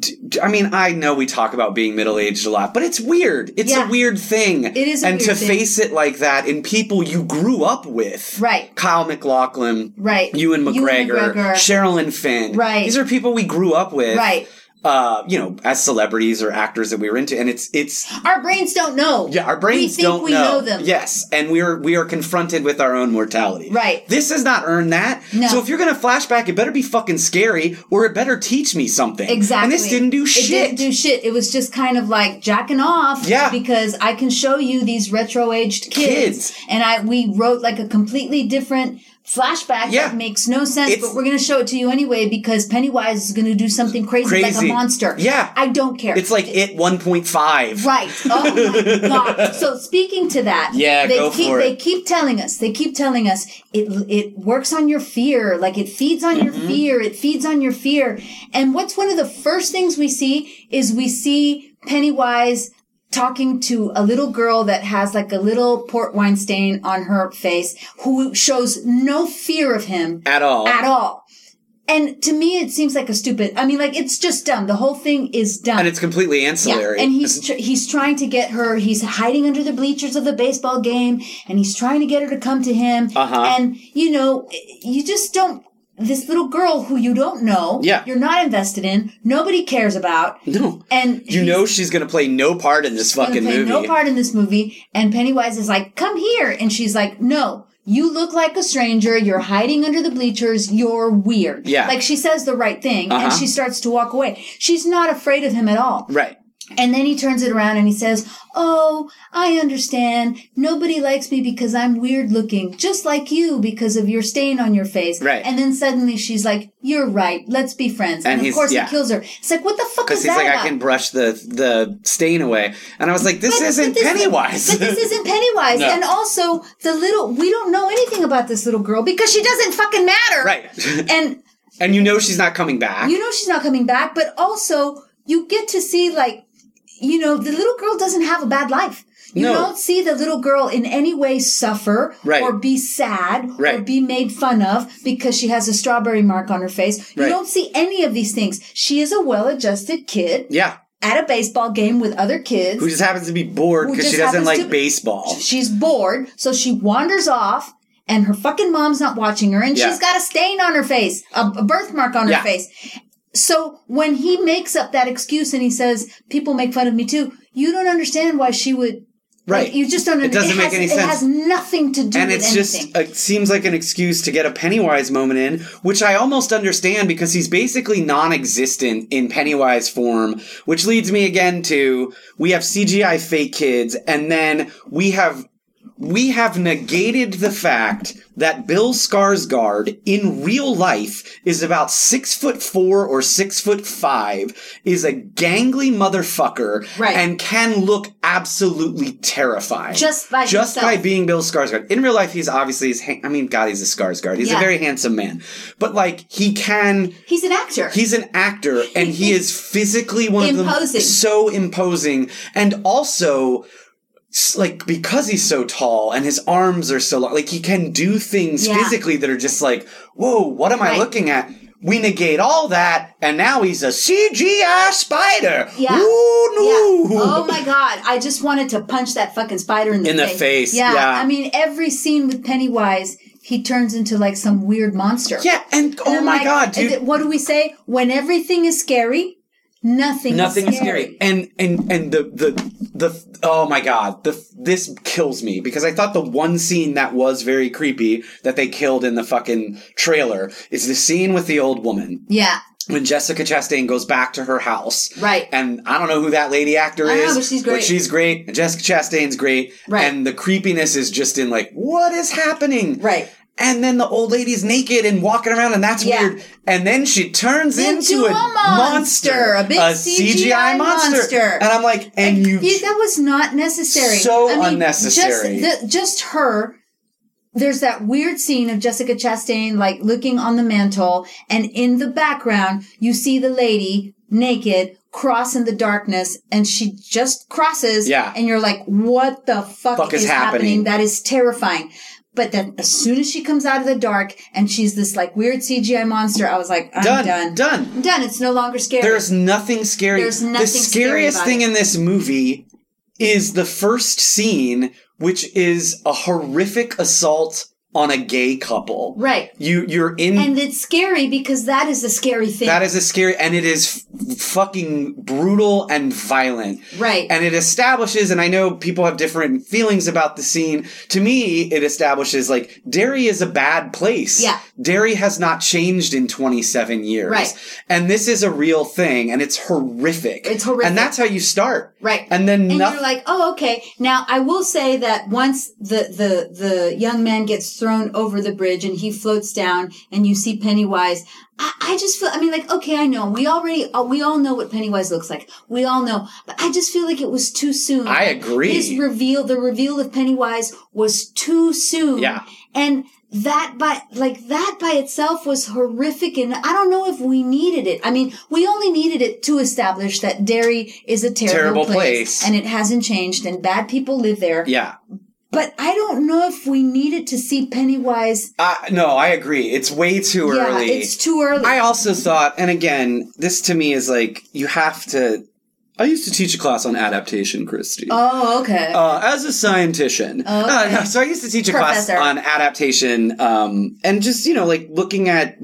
[SPEAKER 2] d- d- I mean, I know we talk about being middle aged a lot, but it's weird. It's
[SPEAKER 1] Yeah.
[SPEAKER 2] a weird thing. It
[SPEAKER 1] is a
[SPEAKER 2] and
[SPEAKER 1] weird
[SPEAKER 2] to
[SPEAKER 1] thing.
[SPEAKER 2] face it like that in people you grew up with,
[SPEAKER 1] Right.
[SPEAKER 2] Kyle McLaughlin,
[SPEAKER 1] Right. Ewan
[SPEAKER 2] Ewan McGregor,
[SPEAKER 1] McGregor.
[SPEAKER 2] Sherilyn Finn,
[SPEAKER 1] Right.
[SPEAKER 2] These are people we grew up with,
[SPEAKER 1] Right.
[SPEAKER 2] Uh, you know, as celebrities or actors that we were into, and it's it's
[SPEAKER 1] Our brains don't know.
[SPEAKER 2] yeah, our brains
[SPEAKER 1] we think
[SPEAKER 2] don't
[SPEAKER 1] we know. them.
[SPEAKER 2] Yes, and we are we are confronted with our own mortality.
[SPEAKER 1] Right.
[SPEAKER 2] This has not earned that.
[SPEAKER 1] No.
[SPEAKER 2] So if you're gonna flashback, it better be fucking scary, or it better teach me something.
[SPEAKER 1] Exactly.
[SPEAKER 2] And this didn't do
[SPEAKER 1] It
[SPEAKER 2] shit.
[SPEAKER 1] didn't do shit. It was just kind of like jacking off.
[SPEAKER 2] Yeah.
[SPEAKER 1] Because I can show you these retro aged kids.
[SPEAKER 2] Kids.
[SPEAKER 1] And I we wrote like a completely different flashback
[SPEAKER 2] Yeah.
[SPEAKER 1] that makes no sense,
[SPEAKER 2] It's-
[SPEAKER 1] but we're gonna show it to you anyway because Pennywise is gonna do something crazy, like a
[SPEAKER 2] Crazy.
[SPEAKER 1] monster.
[SPEAKER 2] Yeah.
[SPEAKER 1] I don't care.
[SPEAKER 2] it's like it 1.5.
[SPEAKER 1] Right. Oh my god. So speaking to that,
[SPEAKER 2] Yeah,
[SPEAKER 1] they
[SPEAKER 2] go
[SPEAKER 1] keep
[SPEAKER 2] for it.
[SPEAKER 1] they keep telling us. They keep telling us it it works on your fear, like it feeds on your
[SPEAKER 2] Mm-hmm.
[SPEAKER 1] fear, it feeds on your fear. And what's one of the first things we see is we see Pennywise talking to a little girl that has like a little port wine stain on her face who shows no fear of him
[SPEAKER 2] At all.
[SPEAKER 1] at all. And to me, it seems like a stupid. I mean, like it's just dumb. The whole thing is dumb.
[SPEAKER 2] And it's completely ancillary.
[SPEAKER 1] Yeah, and he's tr- he's trying to get her. He's hiding under the bleachers of the baseball game, and he's trying to get her to come to him.
[SPEAKER 2] Uh-huh.
[SPEAKER 1] And you know, you just don't. This little girl who you don't know,
[SPEAKER 2] Yeah.
[SPEAKER 1] you're not invested in, nobody cares about,
[SPEAKER 2] no.
[SPEAKER 1] and
[SPEAKER 2] You know she's gonna play no part in this fucking
[SPEAKER 1] play
[SPEAKER 2] movie.
[SPEAKER 1] no part in this movie. And Pennywise is like, "Come here," and she's like, "No." You look like a stranger. You're hiding under the bleachers. You're weird.
[SPEAKER 2] Yeah.
[SPEAKER 1] Like she says the right thing
[SPEAKER 2] Uh-huh.
[SPEAKER 1] and she starts to walk away. She's not afraid of him at all.
[SPEAKER 2] Right.
[SPEAKER 1] And then he turns it around and he says, Oh, I understand. Nobody likes me because I'm weird looking, just like you because of your stain on your face.
[SPEAKER 2] Right.
[SPEAKER 1] And then suddenly she's like, You're right. Let's be friends.
[SPEAKER 2] And
[SPEAKER 1] And,
[SPEAKER 2] he's-
[SPEAKER 1] of course
[SPEAKER 2] yeah.
[SPEAKER 1] he kills her. It's like, What the fuck
[SPEAKER 2] Because
[SPEAKER 1] is
[SPEAKER 2] he's
[SPEAKER 1] that?
[SPEAKER 2] like,
[SPEAKER 1] about?
[SPEAKER 2] I can brush the the stain away. And I was like, this
[SPEAKER 1] But- but
[SPEAKER 2] isn't
[SPEAKER 1] this-
[SPEAKER 2] Pennywise.
[SPEAKER 1] But this isn't Pennywise.
[SPEAKER 2] No.
[SPEAKER 1] And also, the little, we don't know anything about this little girl because she doesn't fucking matter.
[SPEAKER 2] [laughs] right. [laughs]
[SPEAKER 1] And
[SPEAKER 2] and you know she's not coming back.
[SPEAKER 1] you know she's not coming back, but also you get to see like you know the little girl doesn't have a bad life. You
[SPEAKER 2] No.
[SPEAKER 1] don't see the little girl in any way suffer
[SPEAKER 2] Right.
[SPEAKER 1] or be sad or
[SPEAKER 2] Right.
[SPEAKER 1] be made fun of because she has a strawberry mark on her face. You
[SPEAKER 2] Right.
[SPEAKER 1] don't see any of these things. She is a well-adjusted kid
[SPEAKER 2] yeah.
[SPEAKER 1] at a baseball game with other kids.
[SPEAKER 2] Who just happens to be bored
[SPEAKER 1] Who
[SPEAKER 2] because she
[SPEAKER 1] just
[SPEAKER 2] doesn't
[SPEAKER 1] happens
[SPEAKER 2] like
[SPEAKER 1] to-
[SPEAKER 2] baseball.
[SPEAKER 1] She's bored, so she wanders off, and her fucking mom's not watching her, and
[SPEAKER 2] Yeah.
[SPEAKER 1] she's got a stain on her face, a, a birthmark on her
[SPEAKER 2] Yeah.
[SPEAKER 1] face. So when he makes up that excuse and he says, "People make fun of me too," you don't understand why she would.
[SPEAKER 2] Right.
[SPEAKER 1] Like, you just don't.
[SPEAKER 2] It
[SPEAKER 1] under-
[SPEAKER 2] doesn't make
[SPEAKER 1] has-
[SPEAKER 2] any
[SPEAKER 1] It
[SPEAKER 2] sense.
[SPEAKER 1] has nothing to do
[SPEAKER 2] and
[SPEAKER 1] with
[SPEAKER 2] it's
[SPEAKER 1] anything.
[SPEAKER 2] just it seems like an excuse to get a Pennywise moment in, which I almost understand because he's basically non-existent in Pennywise form, which leads me again to we have CGI fake kids and then we have we have negated the fact that Bill Skarsgård in real life is about six foot four or six foot five, is a gangly motherfucker,
[SPEAKER 1] Right.
[SPEAKER 2] and can look absolutely terrifying
[SPEAKER 1] Just by
[SPEAKER 2] just
[SPEAKER 1] himself.
[SPEAKER 2] by being Bill Skarsgård. In real life, he's obviously he's. Han- I mean, God, he's a Skarsgård. He's a
[SPEAKER 1] Yeah.
[SPEAKER 2] very handsome man, but like he can.
[SPEAKER 1] He's an actor.
[SPEAKER 2] He's an
[SPEAKER 1] [laughs]
[SPEAKER 2] actor, and he is physically one of the
[SPEAKER 1] Imposing.
[SPEAKER 2] so imposing, and also s- like because he's so tall and his arms are so long, like he can do things
[SPEAKER 1] Yeah.
[SPEAKER 2] physically that are just like, whoa, what am I
[SPEAKER 1] Right.
[SPEAKER 2] looking at? We negate all that, and now he's a CGI spider.
[SPEAKER 1] Yeah.
[SPEAKER 2] Ooh, no.
[SPEAKER 1] Yeah. Oh my god! I just wanted to punch that fucking spider in the
[SPEAKER 2] In the
[SPEAKER 1] face.
[SPEAKER 2] face, yeah.
[SPEAKER 1] I mean, every scene with Pennywise, he turns into like some weird monster.
[SPEAKER 2] Yeah, and,
[SPEAKER 1] And
[SPEAKER 2] oh
[SPEAKER 1] I'm
[SPEAKER 2] my
[SPEAKER 1] like,
[SPEAKER 2] god, dude.
[SPEAKER 1] th- What do we say? When everything is scary, nothing.
[SPEAKER 2] nothing
[SPEAKER 1] is
[SPEAKER 2] is scary and and and the the the oh my god the this kills me because i thought the one scene that was very creepy that they killed in the fucking trailer is the scene with the old woman
[SPEAKER 1] Yeah.
[SPEAKER 2] when jessica chastain goes back to her house
[SPEAKER 1] Right.
[SPEAKER 2] and i don't know who that lady actor
[SPEAKER 1] I know,
[SPEAKER 2] is
[SPEAKER 1] but she's great.
[SPEAKER 2] she's great and jessica chastain's great
[SPEAKER 1] Right.
[SPEAKER 2] and the creepiness is just in like what is happening
[SPEAKER 1] Right.
[SPEAKER 2] and then the old lady's naked and walking around, and that's
[SPEAKER 1] Yeah.
[SPEAKER 2] weird. And then she turns into,
[SPEAKER 1] Into a
[SPEAKER 2] a,
[SPEAKER 1] monster, a big CGI monster.
[SPEAKER 2] And I'm like, and you,
[SPEAKER 1] Yeah, that was not necessary.
[SPEAKER 2] So unnecessary.
[SPEAKER 1] Just, the, just her. There's that weird scene of Jessica Chastain like looking on the mantle, and in the background you see the lady naked cross in the darkness, and she just crosses.
[SPEAKER 2] Yeah.
[SPEAKER 1] and you're like, what the fuck,
[SPEAKER 2] Fuck is
[SPEAKER 1] is,
[SPEAKER 2] happening?
[SPEAKER 1] happening? That is terrifying. But then, as soon as she comes out of the dark and she's this like weird CGI monster, I was like, I'm
[SPEAKER 2] done,
[SPEAKER 1] done,
[SPEAKER 2] done,
[SPEAKER 1] I'm done. It's no longer scary.
[SPEAKER 2] There's nothing scary.
[SPEAKER 1] There's
[SPEAKER 2] the
[SPEAKER 1] nothing scary
[SPEAKER 2] scariest
[SPEAKER 1] about
[SPEAKER 2] thing
[SPEAKER 1] it.
[SPEAKER 2] in this movie is the first scene, which is a horrific assault on a gay couple.
[SPEAKER 1] right.
[SPEAKER 2] You, you're in
[SPEAKER 1] And it's scary because that is a scary thing.
[SPEAKER 2] That is a scary, and it is f- fucking brutal and violent.
[SPEAKER 1] Right.
[SPEAKER 2] And it establishes, and I know people have different feelings about the scene. To me, it establishes like Derry is a bad place.
[SPEAKER 1] Yeah.
[SPEAKER 2] Derry has not changed in 27 years.
[SPEAKER 1] Right.
[SPEAKER 2] And this is a real thing, and it's horrific.
[SPEAKER 1] It's horrific.
[SPEAKER 2] And that's how you start.
[SPEAKER 1] Right.
[SPEAKER 2] And then
[SPEAKER 1] and
[SPEAKER 2] nothing.
[SPEAKER 1] you're like, oh, okay. Now I will say that once the, the the young man gets thrown over the bridge and he floats down, and you see Pennywise. I, I just feel. I mean, like, okay, I know we already uh, we all know what Pennywise looks like. We all know, but I just feel like it was too soon.
[SPEAKER 2] I agree.
[SPEAKER 1] His reveal, the reveal of Pennywise, was too soon.
[SPEAKER 2] Yeah.
[SPEAKER 1] And that by like that by itself was horrific and I don't know if we needed it. I mean, we only needed it to establish that Derry is a terrible,
[SPEAKER 2] Terrible place.
[SPEAKER 1] place and it hasn't changed and bad people live there.
[SPEAKER 2] yeah.
[SPEAKER 1] But I don't know if we needed to see Pennywise.
[SPEAKER 2] Uh, no, I agree. It's way too early.
[SPEAKER 1] Yeah, it's too early.
[SPEAKER 2] I also thought, and again, this to me is like you have to. I used to teach a class on adaptation, Christy.
[SPEAKER 1] oh, okay.
[SPEAKER 2] Uh, as a scientician, Uh,
[SPEAKER 1] Oh, okay.
[SPEAKER 2] no, so I used to teach a class
[SPEAKER 1] Professor.
[SPEAKER 2] on adaptation, um, and just you know, like looking at,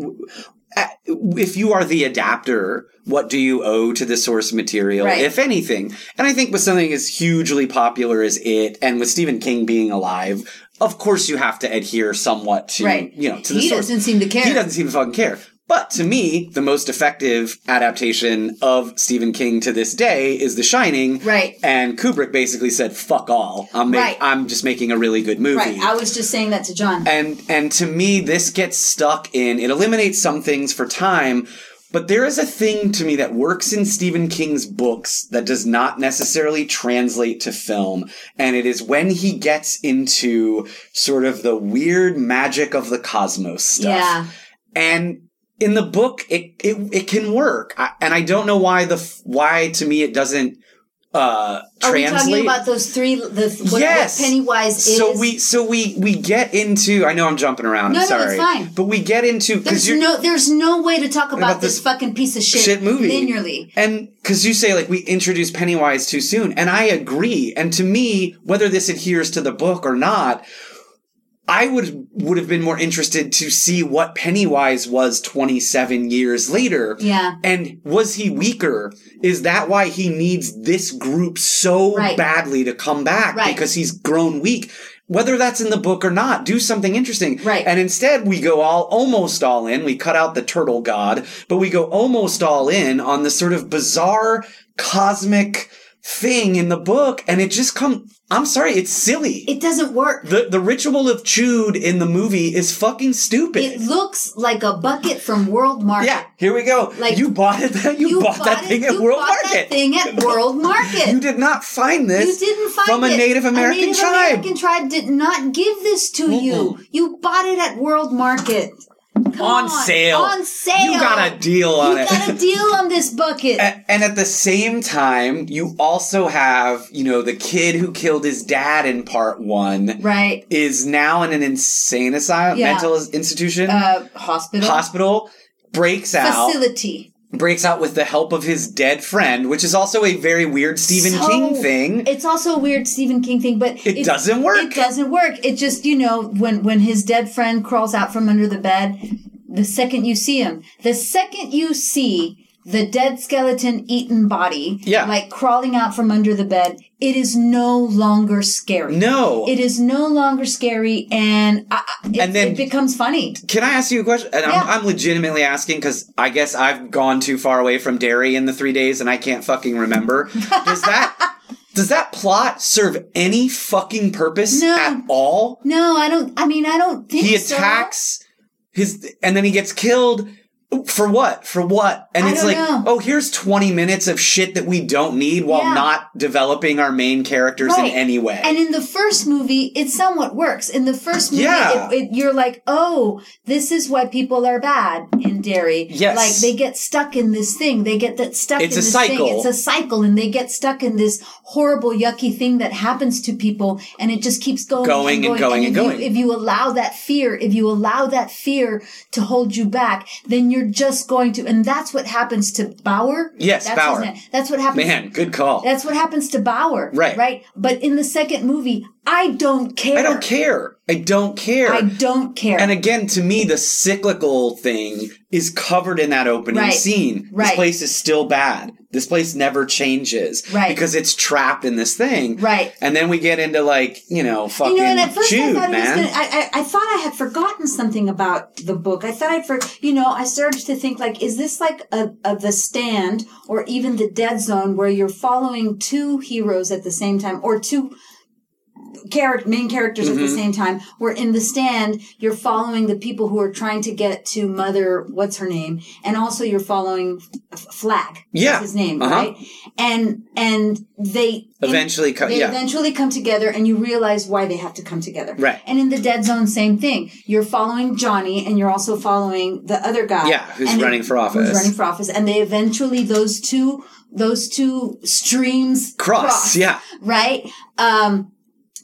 [SPEAKER 2] at if you are the adapter, what do you owe to the source material,
[SPEAKER 1] Right.
[SPEAKER 2] if anything? And I think with something as hugely popular as it, and with Stephen King being alive, of course you have to adhere somewhat to
[SPEAKER 1] Right.
[SPEAKER 2] you know to the
[SPEAKER 1] he
[SPEAKER 2] source.
[SPEAKER 1] doesn't seem to care.
[SPEAKER 2] He doesn't seem to fucking care. But to me, the most effective adaptation of Stephen King to this day is The Shining.
[SPEAKER 1] Right.
[SPEAKER 2] And Kubrick basically said, "Fuck all. I'm make,
[SPEAKER 1] Right.
[SPEAKER 2] I'm just making a really good movie."
[SPEAKER 1] Right. I was just saying that to John.
[SPEAKER 2] and and to me, this gets stuck in. It eliminates some things for time. But there is a thing to me that works in Stephen King's books that does not necessarily translate to film. And it is when he gets into sort of the weird magic of the cosmos stuff
[SPEAKER 1] yeah.
[SPEAKER 2] and in the book it it, it can work I, and i don't know why the f- why to me it doesn't uh,
[SPEAKER 1] Are we
[SPEAKER 2] translate.
[SPEAKER 1] talking about those three? The what- what,
[SPEAKER 2] Yes.
[SPEAKER 1] Pennywise is.
[SPEAKER 2] so we so we we get into. I know I'm jumping around.
[SPEAKER 1] No,
[SPEAKER 2] I'm
[SPEAKER 1] no, it's
[SPEAKER 2] sorry,
[SPEAKER 1] fine.
[SPEAKER 2] but we get into because
[SPEAKER 1] There's
[SPEAKER 2] you're
[SPEAKER 1] no, there's no way to talk about,
[SPEAKER 2] About
[SPEAKER 1] this,
[SPEAKER 2] this
[SPEAKER 1] fucking piece of shit,
[SPEAKER 2] shit movie
[SPEAKER 1] linearly.
[SPEAKER 2] and because you say like we introduce pennywise too soon and i agree and to me whether this adheres to the book or not i would would have been more interested to see what pennywise was 27 years later
[SPEAKER 1] Yeah.
[SPEAKER 2] and was he weaker is that why he needs this group so
[SPEAKER 1] Right.
[SPEAKER 2] badly to come back
[SPEAKER 1] Right.
[SPEAKER 2] because he's grown weak whether that's in the book or not do something interesting
[SPEAKER 1] Right.
[SPEAKER 2] and instead we go all almost all in we cut out the turtle god but we go almost all in on this sort of bizarre cosmic thing in the book and it just come i'm sorry it's silly
[SPEAKER 1] It doesn't work.
[SPEAKER 2] the the ritual of chewed in the movie is fucking stupid
[SPEAKER 1] It looks like a bucket from World Market.
[SPEAKER 2] yeah, here we go.
[SPEAKER 1] Like-
[SPEAKER 2] you bought it. [laughs] You, bought, that
[SPEAKER 1] it-
[SPEAKER 2] thing at
[SPEAKER 1] you
[SPEAKER 2] World
[SPEAKER 1] bought
[SPEAKER 2] Market.
[SPEAKER 1] That thing at
[SPEAKER 2] [laughs]
[SPEAKER 1] World Market.
[SPEAKER 2] You did not find
[SPEAKER 1] You
[SPEAKER 2] this.
[SPEAKER 1] didn't find
[SPEAKER 2] from a
[SPEAKER 1] it.
[SPEAKER 2] Native American
[SPEAKER 1] a Native
[SPEAKER 2] tribe.
[SPEAKER 1] American tribe did not give this to you. You bought it at World Market. Come
[SPEAKER 2] On sale.
[SPEAKER 1] On sale.
[SPEAKER 2] You got a deal on
[SPEAKER 1] You
[SPEAKER 2] it. Uh,
[SPEAKER 1] got a deal on this
[SPEAKER 2] [laughs]
[SPEAKER 1] bucket.
[SPEAKER 2] A- and at the same time, you also have, you know, the kid who killed his dad in part one
[SPEAKER 1] right.
[SPEAKER 2] is now in an insane asylum,
[SPEAKER 1] Yeah.
[SPEAKER 2] mental institution,
[SPEAKER 1] Uh, hospital.
[SPEAKER 2] hospital, breaks out,
[SPEAKER 1] Facility.
[SPEAKER 2] breaks out with the help of his dead friend, which is also a very weird Stephen
[SPEAKER 1] So-
[SPEAKER 2] King thing.
[SPEAKER 1] It's also a weird Stephen King thing, but
[SPEAKER 2] It
[SPEAKER 1] it's-
[SPEAKER 2] doesn't work.
[SPEAKER 1] It doesn't work. It just you know when when his dead friend crawls out from under the bed, the second you see him, the second you see the dead skeleton eaten body,
[SPEAKER 2] Yeah.
[SPEAKER 1] like crawling out from under the bed, it is no longer scary.
[SPEAKER 2] no.
[SPEAKER 1] It is no longer scary, and I, I- it,
[SPEAKER 2] And then-
[SPEAKER 1] it becomes funny.
[SPEAKER 2] Can I ask you a question? And
[SPEAKER 1] Yeah.
[SPEAKER 2] I'm, I'm legitimately asking because I guess I've gone too far away from dairy in the three days and I can't fucking
[SPEAKER 1] [laughs]
[SPEAKER 2] remember. Does that does that plot serve any fucking purpose
[SPEAKER 1] No.
[SPEAKER 2] at all?
[SPEAKER 1] No, I don't. I mean, I don't think
[SPEAKER 2] He
[SPEAKER 1] so.
[SPEAKER 2] attacks his and then he gets killed for what? For what? And
[SPEAKER 1] I
[SPEAKER 2] it's
[SPEAKER 1] don't
[SPEAKER 2] like,
[SPEAKER 1] know.
[SPEAKER 2] oh, here's 20 minutes of shit that we don't need while
[SPEAKER 1] Yeah.
[SPEAKER 2] not developing our main characters
[SPEAKER 1] Right.
[SPEAKER 2] in any way.
[SPEAKER 1] And in the first movie, it somewhat works. In the first movie,
[SPEAKER 2] Yeah.
[SPEAKER 1] it, it, you're like, oh, this is why people are bad in Derry.
[SPEAKER 2] Yes.
[SPEAKER 1] Like they get stuck in this thing. They get that stuck
[SPEAKER 2] It's
[SPEAKER 1] in
[SPEAKER 2] a
[SPEAKER 1] this thing.
[SPEAKER 2] cycle.
[SPEAKER 1] It's a cycle and they get stuck in this horrible, yucky thing that happens to people and it just keeps going,
[SPEAKER 2] Going and going and
[SPEAKER 1] if you-
[SPEAKER 2] going.
[SPEAKER 1] if you allow that fear, if you allow that fear to hold you back, then you're just going to, and that's what happens to Bauer.
[SPEAKER 2] Yes,
[SPEAKER 1] that's his
[SPEAKER 2] Bauer.
[SPEAKER 1] name. That's what happens.
[SPEAKER 2] Man, good call.
[SPEAKER 1] That's what happens to Bauer.
[SPEAKER 2] Right.
[SPEAKER 1] Right. But in the second movie, I don't care.
[SPEAKER 2] I don't care. I don't care.
[SPEAKER 1] I don't care.
[SPEAKER 2] And again, to me, the cyclical thing is covered in that opening
[SPEAKER 1] Right.
[SPEAKER 2] scene.
[SPEAKER 1] Right.
[SPEAKER 2] This place is still bad. This place never changes.
[SPEAKER 1] Right.
[SPEAKER 2] Because it's trapped in this thing.
[SPEAKER 1] Right.
[SPEAKER 2] And then we get into like, you know, fucking
[SPEAKER 1] you know, and at first
[SPEAKER 2] Jude,
[SPEAKER 1] I thought it was
[SPEAKER 2] man.
[SPEAKER 1] gonna, I, I, I thought I had forgotten something about the book. I thought I'd for, you know, I started to think like, is this like a, a the stand or even the dead zone where you're following two heroes at the same time or two character main characters at the
[SPEAKER 2] Mm-hmm.
[SPEAKER 1] same time? Where in the stand you're following the people who are trying to get to Mother, what's her name, and also you're following F- Flag. is
[SPEAKER 2] Yeah.
[SPEAKER 1] his name,
[SPEAKER 2] Uh-huh.
[SPEAKER 1] right? And and they
[SPEAKER 2] Eventually co-
[SPEAKER 1] they
[SPEAKER 2] yeah.
[SPEAKER 1] eventually come together and you realize why they have to come together.
[SPEAKER 2] Right.
[SPEAKER 1] And in the dead zone, same thing. You're following Johnny and you're also following the other guy.
[SPEAKER 2] Yeah, who's
[SPEAKER 1] And
[SPEAKER 2] running for office.
[SPEAKER 1] Who's running for office. And they eventually those two those two streams
[SPEAKER 2] Cross, yeah.
[SPEAKER 1] Right? Um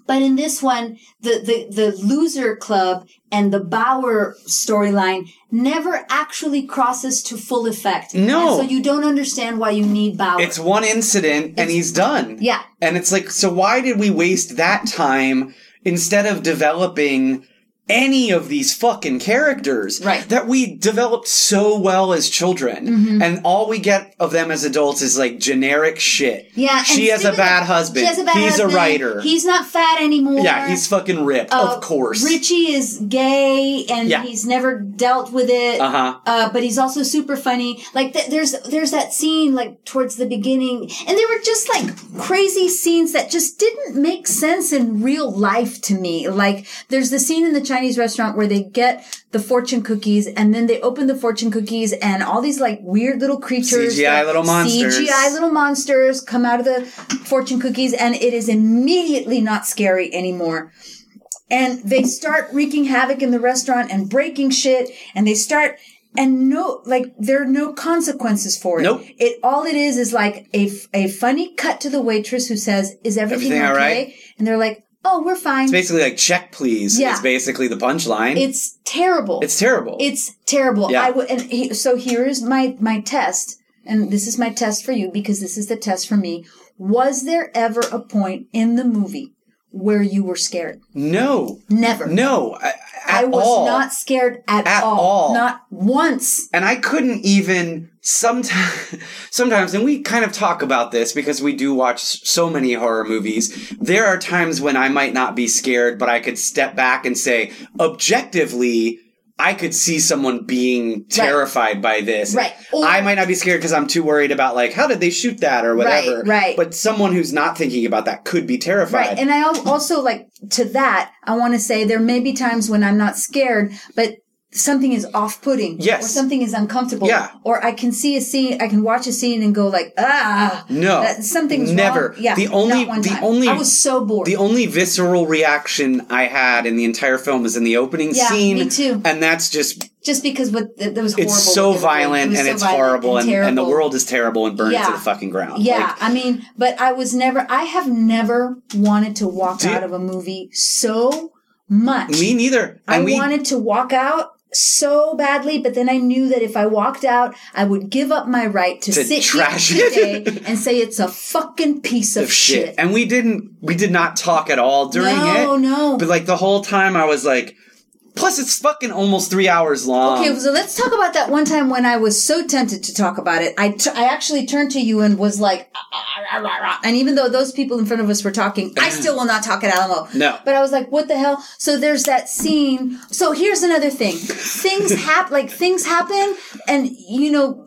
[SPEAKER 1] but in this one, the, the, the loser club and the Bauer storyline never actually crosses to full effect.
[SPEAKER 2] No.
[SPEAKER 1] And so you don't understand why you need Bauer.
[SPEAKER 2] It's one incident and he's done.
[SPEAKER 1] Yeah.
[SPEAKER 2] And it's like, so why did we waste that time instead of developing any of these fucking characters
[SPEAKER 1] Right. Mm-hmm.
[SPEAKER 2] that we developed so well as children and all we get of them as adults is like generic shit.
[SPEAKER 1] Yeah, and
[SPEAKER 2] She has a
[SPEAKER 1] Stephen-
[SPEAKER 2] bad husband.
[SPEAKER 1] She has a bad
[SPEAKER 2] he's
[SPEAKER 1] husband.
[SPEAKER 2] a writer.
[SPEAKER 1] He's not fat anymore.
[SPEAKER 2] yeah, he's fucking ripped.
[SPEAKER 1] Uh,
[SPEAKER 2] of course.
[SPEAKER 1] Richie is gay and
[SPEAKER 2] Yeah.
[SPEAKER 1] he's never dealt with it.
[SPEAKER 2] Uh-huh.
[SPEAKER 1] Uh, but he's also super funny. Like th- there's there's that scene like towards the beginning, and there were just like crazy scenes that just didn't make sense in real life to me. Like there's the scene in the Chinese restaurant where they get the fortune cookies, and then they open the fortune cookies, and all these like weird little creatures,
[SPEAKER 2] CGI
[SPEAKER 1] like,
[SPEAKER 2] little monsters.
[SPEAKER 1] CGI little monsters come out of the fortune cookies, and it is immediately not scary anymore and they start wreaking havoc in the restaurant and breaking shit and they start and no like there are no consequences for it
[SPEAKER 2] Nope.
[SPEAKER 1] it all it is is like a, f- a funny cut to the waitress who says is everything,
[SPEAKER 2] Everything
[SPEAKER 1] okay
[SPEAKER 2] all right?
[SPEAKER 1] and they're like oh we're fine
[SPEAKER 2] It's basically like check please.
[SPEAKER 1] Yeah.
[SPEAKER 2] It's basically the punchline. It's,
[SPEAKER 1] it's terrible
[SPEAKER 2] terrible.
[SPEAKER 1] It's terrible.
[SPEAKER 2] Yeah.
[SPEAKER 1] I w- and he, so here is my my test, and this is my test for you because this is the test for me. Was there ever a point in the movie where you were scared?
[SPEAKER 2] no,
[SPEAKER 1] Never.
[SPEAKER 2] no, a-
[SPEAKER 1] I
[SPEAKER 2] at
[SPEAKER 1] was
[SPEAKER 2] all.
[SPEAKER 1] not scared at,
[SPEAKER 2] At all.
[SPEAKER 1] Not once.
[SPEAKER 2] and I couldn't even sometimes [laughs] sometimes and we kind of talk about this because we do watch so many horror movies there are times when I might not be scared but I could step back and say objectively I could see someone being terrified by this
[SPEAKER 1] Right. Or-
[SPEAKER 2] I might not be scared because I'm too worried about like how did they shoot that or whatever
[SPEAKER 1] right.
[SPEAKER 2] but someone who's not thinking about that could be terrified
[SPEAKER 1] Right. And I al- also like to that, I want to say there may be times when I'm not scared, but something is off putting.
[SPEAKER 2] Yes.
[SPEAKER 1] Or something is uncomfortable.
[SPEAKER 2] Yeah.
[SPEAKER 1] Or I can see a scene, I can watch a scene and go like, ah.
[SPEAKER 2] No.
[SPEAKER 1] That, something's
[SPEAKER 2] Never.
[SPEAKER 1] wrong. Yeah.
[SPEAKER 2] The only-
[SPEAKER 1] not one
[SPEAKER 2] the
[SPEAKER 1] time.
[SPEAKER 2] only-
[SPEAKER 1] I was so bored.
[SPEAKER 2] The only visceral reaction I had in the entire film was in the opening
[SPEAKER 1] Yeah,
[SPEAKER 2] scene.
[SPEAKER 1] me too.
[SPEAKER 2] And that's just,
[SPEAKER 1] Just because what that that was horrible.
[SPEAKER 2] it's
[SPEAKER 1] what
[SPEAKER 2] so
[SPEAKER 1] they were doing. It
[SPEAKER 2] violent
[SPEAKER 1] was
[SPEAKER 2] and
[SPEAKER 1] so
[SPEAKER 2] it's
[SPEAKER 1] violent
[SPEAKER 2] horrible and, and, the
[SPEAKER 1] terrible.
[SPEAKER 2] world is terrible and burned to
[SPEAKER 1] Yeah.
[SPEAKER 2] the fucking ground.
[SPEAKER 1] Yeah,
[SPEAKER 2] Like,
[SPEAKER 1] I mean, but I was never. I have never wanted to walk
[SPEAKER 2] Do-
[SPEAKER 1] out of a movie so much.
[SPEAKER 2] me neither.
[SPEAKER 1] I
[SPEAKER 2] and we,
[SPEAKER 1] wanted to walk out so badly, but then I knew that if I walked out, I would give up my right to,
[SPEAKER 2] To
[SPEAKER 1] sit
[SPEAKER 2] trash
[SPEAKER 1] here
[SPEAKER 2] it.
[SPEAKER 1] today and say it's a fucking
[SPEAKER 2] [laughs]
[SPEAKER 1] piece of, shit.
[SPEAKER 2] shit. And we didn't, we did not talk at all during
[SPEAKER 1] no,
[SPEAKER 2] it.
[SPEAKER 1] no.
[SPEAKER 2] But like the whole time I was like, plus it's fucking almost three hours long.
[SPEAKER 1] Okay, so let's talk about that one time when I was so tempted to talk about it. I, t- I actually turned to you and was like, "Ah, ah, ah, ah, ah." and even though those people in front of us were talking, I still will not talk at Alamo.
[SPEAKER 2] Mm. No.
[SPEAKER 1] But I was like, what the hell? So there's that scene. So here's another thing.
[SPEAKER 2] [laughs]
[SPEAKER 1] Things happen, like things happen, and you know,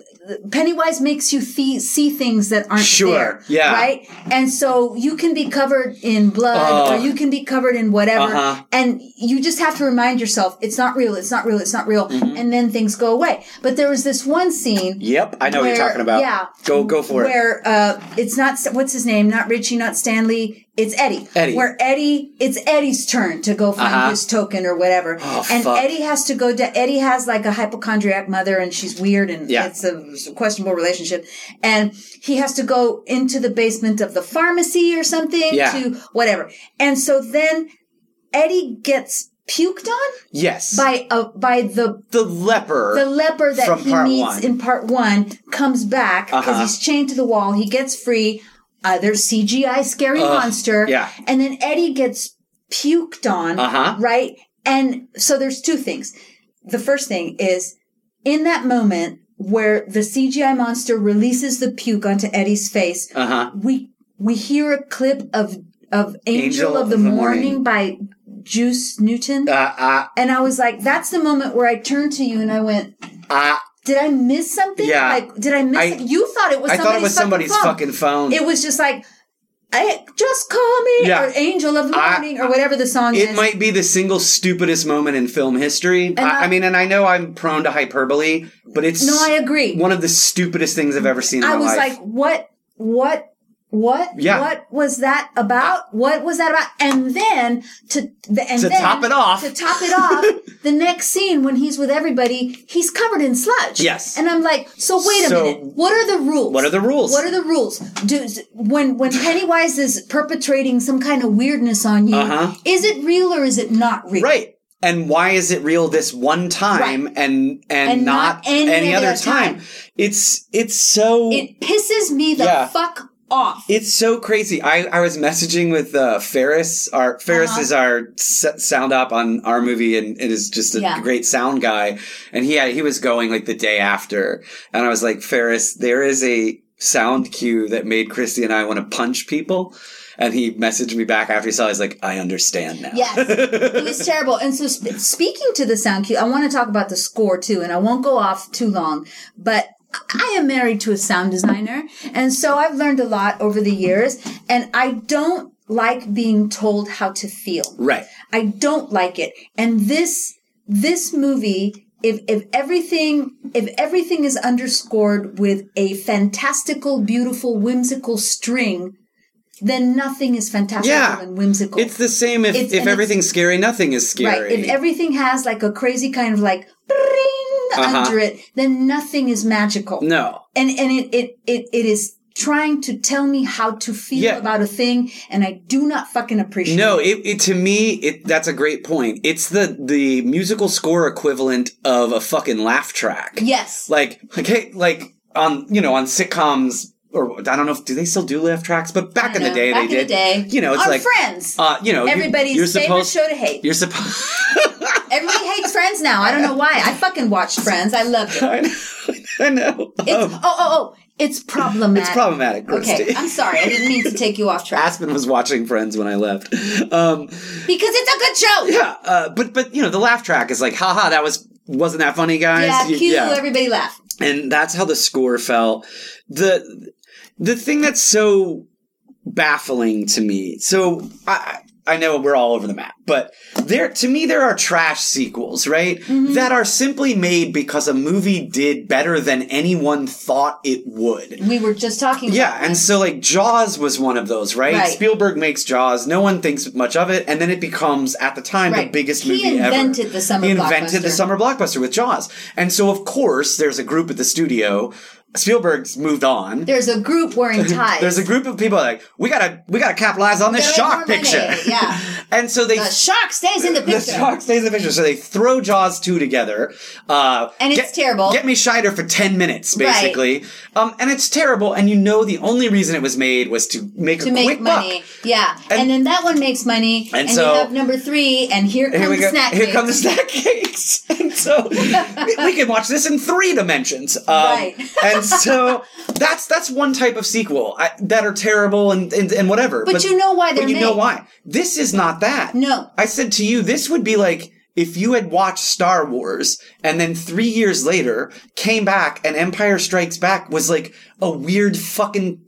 [SPEAKER 1] Pennywise makes you thi- see things that aren't
[SPEAKER 2] Sure,
[SPEAKER 1] there.
[SPEAKER 2] yeah.
[SPEAKER 1] Right? And so you can be covered in blood
[SPEAKER 2] Ugh.
[SPEAKER 1] or you can be covered in whatever.
[SPEAKER 2] Oh. Uh-huh.
[SPEAKER 1] And you just have to remind yourself, it's not real, it's not real, it's not real. And then things go away. But there was this one scene.
[SPEAKER 2] Yep. I know what you're
[SPEAKER 1] Where-
[SPEAKER 2] talking about.
[SPEAKER 1] yeah.
[SPEAKER 2] Go, go for it.
[SPEAKER 1] Where uh, it's not what's his name, not Richie, not Stanley, it's Eddie.
[SPEAKER 2] Eddie.
[SPEAKER 1] Where Eddie, it's Eddie's turn to go find
[SPEAKER 2] Uh-huh.
[SPEAKER 1] his token or whatever,
[SPEAKER 2] Oh,
[SPEAKER 1] and
[SPEAKER 2] fuck.
[SPEAKER 1] Eddie has to go. to Eddie has like a hypochondriac mother, and she's weird, and
[SPEAKER 2] Yeah.
[SPEAKER 1] it's a it's a questionable relationship, and he has to go into the basement of the pharmacy or something
[SPEAKER 2] Yeah.
[SPEAKER 1] to whatever, and so then Eddie gets puked on
[SPEAKER 2] Yes.
[SPEAKER 1] by a by the
[SPEAKER 2] the leper.
[SPEAKER 1] the leper that
[SPEAKER 2] from
[SPEAKER 1] he
[SPEAKER 2] part
[SPEAKER 1] meets
[SPEAKER 2] one.
[SPEAKER 1] in part one comes back because
[SPEAKER 2] Uh-huh.
[SPEAKER 1] he's chained to the wall. He gets free. Uh, there's CGI scary monster.
[SPEAKER 2] Uh, yeah.
[SPEAKER 1] And then Eddie gets puked on.
[SPEAKER 2] Uh-huh.
[SPEAKER 1] Right. And so there's two things. The first thing is in that moment where the CGI monster releases the puke onto Eddie's face,
[SPEAKER 2] uh huh.
[SPEAKER 1] we we hear a clip of of Angel, of the, Morning by Juice Newton.
[SPEAKER 2] Uh, uh,
[SPEAKER 1] and I was like, that's the moment where I turned to you and I went,
[SPEAKER 2] uh,
[SPEAKER 1] did I miss something?
[SPEAKER 2] Yeah.
[SPEAKER 1] Like, did I miss
[SPEAKER 2] I-
[SPEAKER 1] it? You thought it was
[SPEAKER 2] I
[SPEAKER 1] somebody's,
[SPEAKER 2] thought it was somebody's fucking phone.
[SPEAKER 1] It was just like, I, just call me,
[SPEAKER 2] Yeah.
[SPEAKER 1] or Angel of the
[SPEAKER 2] I-
[SPEAKER 1] Morning, or whatever the song is.
[SPEAKER 2] It might be the single stupidest moment in film history. I, I
[SPEAKER 1] I-
[SPEAKER 2] mean, and I know I'm prone to hyperbole, but it's
[SPEAKER 1] No, I agree.
[SPEAKER 2] one of the stupidest things I've ever seen in
[SPEAKER 1] I
[SPEAKER 2] my
[SPEAKER 1] was
[SPEAKER 2] life.
[SPEAKER 1] like, what, what, what,
[SPEAKER 2] Yeah.
[SPEAKER 1] what was that about? What was that about? And then to the, and
[SPEAKER 2] To
[SPEAKER 1] then,
[SPEAKER 2] top it off.
[SPEAKER 1] to top it
[SPEAKER 2] [laughs]
[SPEAKER 1] off, the next scene when he's with everybody, he's covered in sludge.
[SPEAKER 2] Yes.
[SPEAKER 1] and I'm like, so wait a
[SPEAKER 2] So-
[SPEAKER 1] minute, what are the rules?
[SPEAKER 2] What are the rules?
[SPEAKER 1] What are the rules? Do when when Pennywise is perpetrating some kind of weirdness on you,
[SPEAKER 2] Uh-huh.
[SPEAKER 1] is it real or is it not real?
[SPEAKER 2] right. And why is it real this one time and, and
[SPEAKER 1] And
[SPEAKER 2] not,
[SPEAKER 1] not any
[SPEAKER 2] other
[SPEAKER 1] other
[SPEAKER 2] time?
[SPEAKER 1] time?
[SPEAKER 2] It's it's so
[SPEAKER 1] It pisses me the
[SPEAKER 2] Yeah.
[SPEAKER 1] fuck off.
[SPEAKER 2] It's so crazy. I, I was messaging with uh, Ferris. Our Ferris
[SPEAKER 1] Uh-huh.
[SPEAKER 2] is our s- sound op on our movie, and it is just a
[SPEAKER 1] Yeah.
[SPEAKER 2] great sound guy. And he had, he was going like the day after, and I was like, Ferris, there is a sound cue that made Christy and I want to punch people. And he messaged me back after he saw. it. He's like, I understand now.
[SPEAKER 1] Yes, it
[SPEAKER 2] [laughs]
[SPEAKER 1] was terrible. And so, sp- speaking to the sound cue, I want to talk about the score too, and I won't go off too long, but. I am married to a sound designer, and so I've learned a lot over the years, and I don't like being told how to feel.
[SPEAKER 2] right.
[SPEAKER 1] I don't like it. And this this movie, if if everything if everything is underscored with a fantastical, beautiful, whimsical string, then nothing is fantastical
[SPEAKER 2] Yeah.
[SPEAKER 1] and whimsical.
[SPEAKER 2] It's the same. If
[SPEAKER 1] It's-
[SPEAKER 2] if
[SPEAKER 1] and
[SPEAKER 2] everything's scary, nothing is
[SPEAKER 1] right.
[SPEAKER 2] scary.
[SPEAKER 1] If everything has like a crazy kind of like "Bring,"
[SPEAKER 2] Uh-huh.
[SPEAKER 1] under it, then nothing is magical.
[SPEAKER 2] No.
[SPEAKER 1] And and it it it, it is trying to tell me how to feel
[SPEAKER 2] Yeah.
[SPEAKER 1] about a thing, and I do not fucking appreciate.
[SPEAKER 2] No,
[SPEAKER 1] it.
[SPEAKER 2] it, it to me it that's a great point. It's the the musical score equivalent of a fucking laugh track.
[SPEAKER 1] Yes.
[SPEAKER 2] Like okay, like on you know on sitcoms or I don't know if do they still do laugh tracks, but back
[SPEAKER 1] You
[SPEAKER 2] in the
[SPEAKER 1] know,
[SPEAKER 2] day
[SPEAKER 1] back
[SPEAKER 2] they
[SPEAKER 1] in
[SPEAKER 2] did.
[SPEAKER 1] the day,
[SPEAKER 2] You know, it's
[SPEAKER 1] on
[SPEAKER 2] like
[SPEAKER 1] Friends.
[SPEAKER 2] uh, you know, you-
[SPEAKER 1] Everybody's
[SPEAKER 2] you're
[SPEAKER 1] favorite
[SPEAKER 2] supposed
[SPEAKER 1] show to hate.
[SPEAKER 2] you're supposed. [laughs]
[SPEAKER 1] Everybody hates Friends now. I don't know why. I fucking watched Friends. I loved
[SPEAKER 2] [laughs]
[SPEAKER 1] it.
[SPEAKER 2] I know. I know. [laughs]
[SPEAKER 1] It's,
[SPEAKER 2] Um,
[SPEAKER 1] oh, oh, oh. It's problematic.
[SPEAKER 2] it's problematic, Christy.
[SPEAKER 1] Okay, I'm sorry. I didn't mean to take you off
[SPEAKER 2] [laughs]
[SPEAKER 1] track.
[SPEAKER 2] Aspen was watching Friends when I left. Um,
[SPEAKER 1] Because it's a good show.
[SPEAKER 2] yeah, uh, but but you know the laugh track is like, haha, that was wasn't that funny, guys?
[SPEAKER 1] Yeah,
[SPEAKER 2] You-
[SPEAKER 1] cue, everybody laugh.
[SPEAKER 2] and that's how the score felt. the The thing that's so baffling to me. So I I know we're all over the map, but there to me there are trash sequels, right? That are simply made because a movie did better than anyone thought it would.
[SPEAKER 1] We were just talking
[SPEAKER 2] Yeah, and so like Jaws was one of those, right?
[SPEAKER 1] Right.
[SPEAKER 2] Spielberg makes Jaws, no one thinks much of it, and then it becomes at the time the
[SPEAKER 1] Right.
[SPEAKER 2] biggest
[SPEAKER 1] He
[SPEAKER 2] movie ever.
[SPEAKER 1] invented the summer
[SPEAKER 2] He invented the
[SPEAKER 1] blockbuster.
[SPEAKER 2] summer blockbuster with Jaws, and so of course there's a group at the studio. Spielberg's moved on.
[SPEAKER 1] There's a group wearing ties.
[SPEAKER 2] There's a group of people like we gotta we gotta capitalize on this
[SPEAKER 1] Gotta
[SPEAKER 2] shark
[SPEAKER 1] make more
[SPEAKER 2] picture,
[SPEAKER 1] money, yeah.
[SPEAKER 2] [laughs] and so they
[SPEAKER 1] The shark stays in the
[SPEAKER 2] the
[SPEAKER 1] picture.
[SPEAKER 2] shark stays in the picture. So they throw Jaws two together, uh,
[SPEAKER 1] And it's
[SPEAKER 2] get-
[SPEAKER 1] terrible.
[SPEAKER 2] Get me Scheider for ten minutes,
[SPEAKER 1] Right.
[SPEAKER 2] basically, um, and it's terrible. And you know the only reason it was made was to make
[SPEAKER 1] to
[SPEAKER 2] a
[SPEAKER 1] make
[SPEAKER 2] quick
[SPEAKER 1] money.
[SPEAKER 2] buck.
[SPEAKER 1] Yeah. And,
[SPEAKER 2] And-
[SPEAKER 1] then that one makes money.
[SPEAKER 2] And
[SPEAKER 1] And,
[SPEAKER 2] so-
[SPEAKER 1] you have number three, and here
[SPEAKER 2] Here
[SPEAKER 1] comes
[SPEAKER 2] we
[SPEAKER 1] the
[SPEAKER 2] go.
[SPEAKER 1] snack.
[SPEAKER 2] Here
[SPEAKER 1] cake.
[SPEAKER 2] come the snack cakes. [laughs] And so we, we can watch this in three dimensions. Um,
[SPEAKER 1] Right.
[SPEAKER 2] [laughs] and so that's that's one type of sequel I, that are terrible and, and, and whatever.
[SPEAKER 1] But you know why they're
[SPEAKER 2] But you know
[SPEAKER 1] made.
[SPEAKER 2] why. This is not that.
[SPEAKER 1] No.
[SPEAKER 2] I said to you, this would be like if you had watched Star Wars and then three years later came back and Empire Strikes Back was like a weird fucking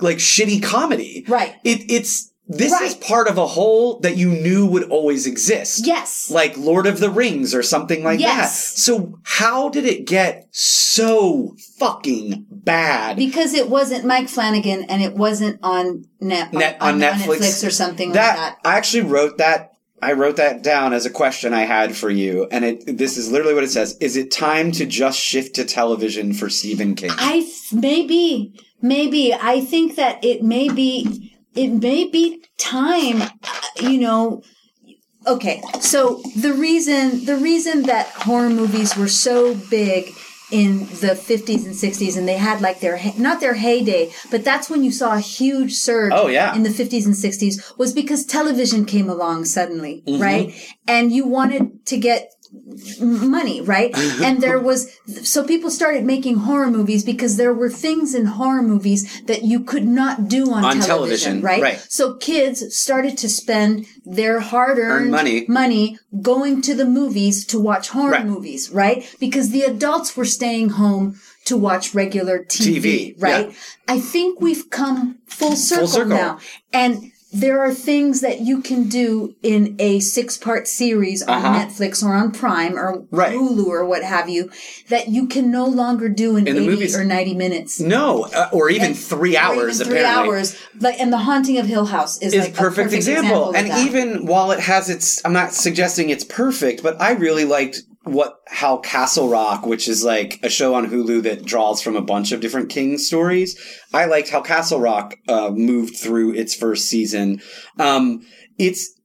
[SPEAKER 2] like shitty comedy.
[SPEAKER 1] Right.
[SPEAKER 2] It it's this is
[SPEAKER 1] Right.
[SPEAKER 2] part of a whole that you knew would always exist.
[SPEAKER 1] Yes.
[SPEAKER 2] Like Lord of the Rings or something like
[SPEAKER 1] Yes.
[SPEAKER 2] that. So how did it get so fucking bad?
[SPEAKER 1] because it wasn't Mike Flanagan and it wasn't on net,
[SPEAKER 2] Net- on Netflix.
[SPEAKER 1] or something like
[SPEAKER 2] I actually wrote that. I wrote that down as a question I had for you, and it, this is literally what it says: Is it time to just shift to television for Stephen King?
[SPEAKER 1] that. I f- maybe maybe I think that it may be it may be time, uh, you know. Okay, so the reason the reason that horror movies were so big in the 50s and 60s and they had like their he- not their heyday but that's when you saw a huge surge
[SPEAKER 2] Oh, yeah.
[SPEAKER 1] in the 50s and 60s was because television came along suddenly
[SPEAKER 2] Mm-hmm.
[SPEAKER 1] right and you wanted to get money, right?
[SPEAKER 2] Mm-hmm.
[SPEAKER 1] and there was, so people started making horror movies because there were things in horror movies that you could not do on,
[SPEAKER 2] On television,
[SPEAKER 1] television, right?
[SPEAKER 2] right.
[SPEAKER 1] So kids started to spend their hard
[SPEAKER 2] Earn
[SPEAKER 1] earned
[SPEAKER 2] money.
[SPEAKER 1] going to the movies to watch horror
[SPEAKER 2] Right.
[SPEAKER 1] movies, right? Because the adults were staying home to watch regular TV,
[SPEAKER 2] TV,
[SPEAKER 1] right?
[SPEAKER 2] yeah.
[SPEAKER 1] I think we've come full circle,
[SPEAKER 2] circle.
[SPEAKER 1] now. And there are things that you can do in a six part series on
[SPEAKER 2] Uh-huh.
[SPEAKER 1] Netflix or on Prime or
[SPEAKER 2] Right.
[SPEAKER 1] Hulu or what have you that you can no longer do in,
[SPEAKER 2] In the
[SPEAKER 1] 80
[SPEAKER 2] movies.
[SPEAKER 1] or 90 minutes.
[SPEAKER 2] no, uh, or even three
[SPEAKER 1] Or even
[SPEAKER 2] hours.
[SPEAKER 1] three
[SPEAKER 2] apparently.
[SPEAKER 1] hours. Like, and The Haunting of Hill House is,
[SPEAKER 2] is
[SPEAKER 1] like a
[SPEAKER 2] perfect, example.
[SPEAKER 1] of
[SPEAKER 2] And
[SPEAKER 1] that.
[SPEAKER 2] even while it has its, I'm not suggesting it's perfect, but I really liked what how Castle Rock, which is like a show on Hulu that draws from a bunch of different King stories. I liked how Castle Rock uh, moved through its first season. Um, it's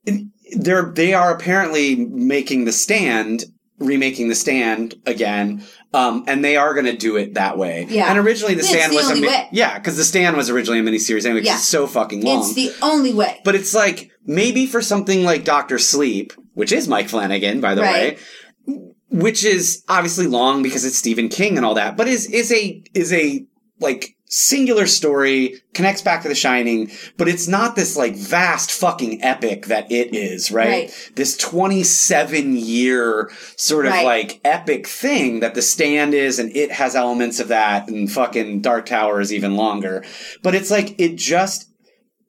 [SPEAKER 2] they're they are apparently making the stand remaking the stand again um, and they are going to do it that way
[SPEAKER 1] Yeah.
[SPEAKER 2] and originally the
[SPEAKER 1] It's
[SPEAKER 2] stand
[SPEAKER 1] the
[SPEAKER 2] was a
[SPEAKER 1] only
[SPEAKER 2] mi-
[SPEAKER 1] way.
[SPEAKER 2] yeah because the stand was originally a miniseries anyway 'cause
[SPEAKER 1] Yeah.
[SPEAKER 2] it's so fucking long
[SPEAKER 1] it's the only way.
[SPEAKER 2] but it's like maybe for something like Doctor Sleep, which is Mike Flanagan, by the
[SPEAKER 1] Right.
[SPEAKER 2] way, which is obviously long because it's Stephen King and all that, but is is a is a like singular story connects back to The Shining, but it's not this like vast fucking epic that it is, right?
[SPEAKER 1] Right.
[SPEAKER 2] This twenty seven year sort of
[SPEAKER 1] Right.
[SPEAKER 2] like epic thing that The Stand is, and it has elements of that, and fucking Dark Tower is even longer, but it's like it just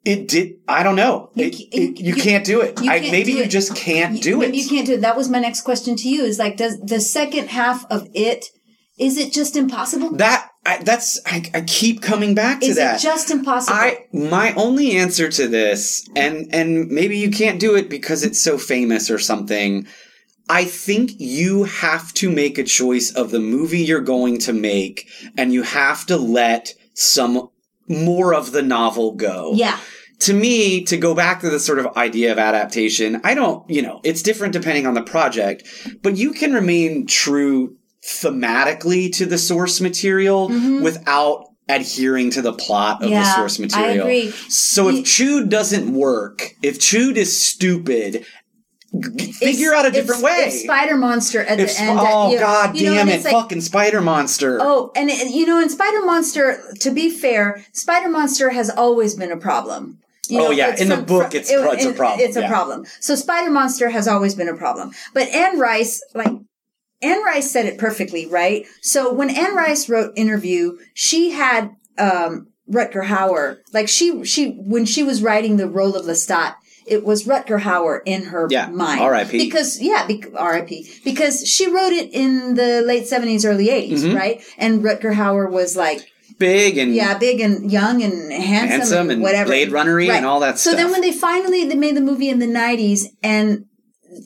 [SPEAKER 2] it did. I don't know.
[SPEAKER 1] You
[SPEAKER 2] It-
[SPEAKER 1] ca-
[SPEAKER 2] it-
[SPEAKER 1] you-
[SPEAKER 2] you, can't do it.
[SPEAKER 1] you
[SPEAKER 2] I,
[SPEAKER 1] can't
[SPEAKER 2] maybe
[SPEAKER 1] do
[SPEAKER 2] you
[SPEAKER 1] it.
[SPEAKER 2] just can't do
[SPEAKER 1] Maybe
[SPEAKER 2] it.
[SPEAKER 1] you can't do it. That was my next question to you. Is like, does the second half of it is it just impossible?
[SPEAKER 2] That I, that's I, I keep coming back to
[SPEAKER 1] Is
[SPEAKER 2] that.
[SPEAKER 1] it just impossible?
[SPEAKER 2] I my only answer to this, and and maybe you can't do it because it's so famous or something. I think you have to make a choice of the movie you're going to make, and you have to let some more of the novel go.
[SPEAKER 1] Yeah.
[SPEAKER 2] To me, to go back to the sort of idea of adaptation, I don't, you know, it's different depending on the project, but you can remain true thematically to the source material without adhering to the plot of the
[SPEAKER 1] Mm-hmm. Yeah,
[SPEAKER 2] source
[SPEAKER 1] I
[SPEAKER 2] material.
[SPEAKER 1] agree.
[SPEAKER 2] So if Chewed doesn't work, if Chewed is stupid, g- figure
[SPEAKER 1] If-
[SPEAKER 2] out a
[SPEAKER 1] if-
[SPEAKER 2] different way.
[SPEAKER 1] If Spider Monster at
[SPEAKER 2] If-
[SPEAKER 1] the end.
[SPEAKER 2] oh
[SPEAKER 1] you-
[SPEAKER 2] god
[SPEAKER 1] you know,
[SPEAKER 2] damn
[SPEAKER 1] and
[SPEAKER 2] it!
[SPEAKER 1] it's like,
[SPEAKER 2] fucking spider monster.
[SPEAKER 1] Oh, and it- you know, in Spider Monster, to be fair, Spider Monster has always been a problem. You
[SPEAKER 2] Oh,
[SPEAKER 1] know,
[SPEAKER 2] yeah,
[SPEAKER 1] it's
[SPEAKER 2] in the book, it's- it's a
[SPEAKER 1] it-
[SPEAKER 2] problem,
[SPEAKER 1] It's a
[SPEAKER 2] yeah.
[SPEAKER 1] problem. So Spider Monster has always been a problem. But Anne Rice, like Anne Rice, said it perfectly, right? So when Anne Rice wrote Interview, she had um, Rutger Hauer. Like she, she when she was writing the role of Lestat, it was Rutger Hauer in her
[SPEAKER 2] Yeah,
[SPEAKER 1] mind.
[SPEAKER 2] R.I.P..
[SPEAKER 1] Because yeah, bec R.I.P. Because she wrote it in the late seventies, early 80s right? And Rutger Hauer was like,
[SPEAKER 2] Big and
[SPEAKER 1] yeah, big and young and handsome,
[SPEAKER 2] Handsome and
[SPEAKER 1] whatever,
[SPEAKER 2] Blade Runnery and all that
[SPEAKER 1] so
[SPEAKER 2] stuff.
[SPEAKER 1] then, when they finally they made the movie in the nineties, and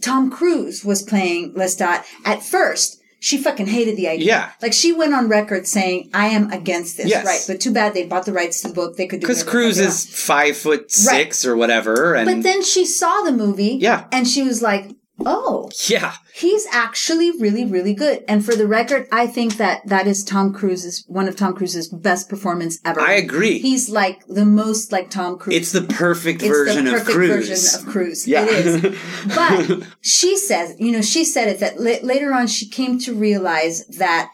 [SPEAKER 1] Tom Cruise was playing Lestat at first. She fucking hated the idea.
[SPEAKER 2] Yeah.
[SPEAKER 1] Like she went on record saying, I am against this.
[SPEAKER 2] Yes.
[SPEAKER 1] Right. But too bad they bought the rights to the book. They could do
[SPEAKER 2] because
[SPEAKER 1] whatever the fuck
[SPEAKER 2] Cruz
[SPEAKER 1] they
[SPEAKER 2] is five foot six or whatever, and
[SPEAKER 1] want. But then she saw the movie.
[SPEAKER 2] Yeah.
[SPEAKER 1] And she was like, oh,
[SPEAKER 2] yeah,
[SPEAKER 1] he's actually really really good and for the record i think that that is tom cruise's one of tom cruise's best performance ever
[SPEAKER 2] I agree.
[SPEAKER 1] he's like the most like tom cruise
[SPEAKER 2] it's the perfect
[SPEAKER 1] It's
[SPEAKER 2] version
[SPEAKER 1] the
[SPEAKER 2] of
[SPEAKER 1] perfect
[SPEAKER 2] Cruz.
[SPEAKER 1] version of cruise
[SPEAKER 2] Yeah.
[SPEAKER 1] it
[SPEAKER 2] [laughs]
[SPEAKER 1] is but she says you know she said it that la- later on she came to realize that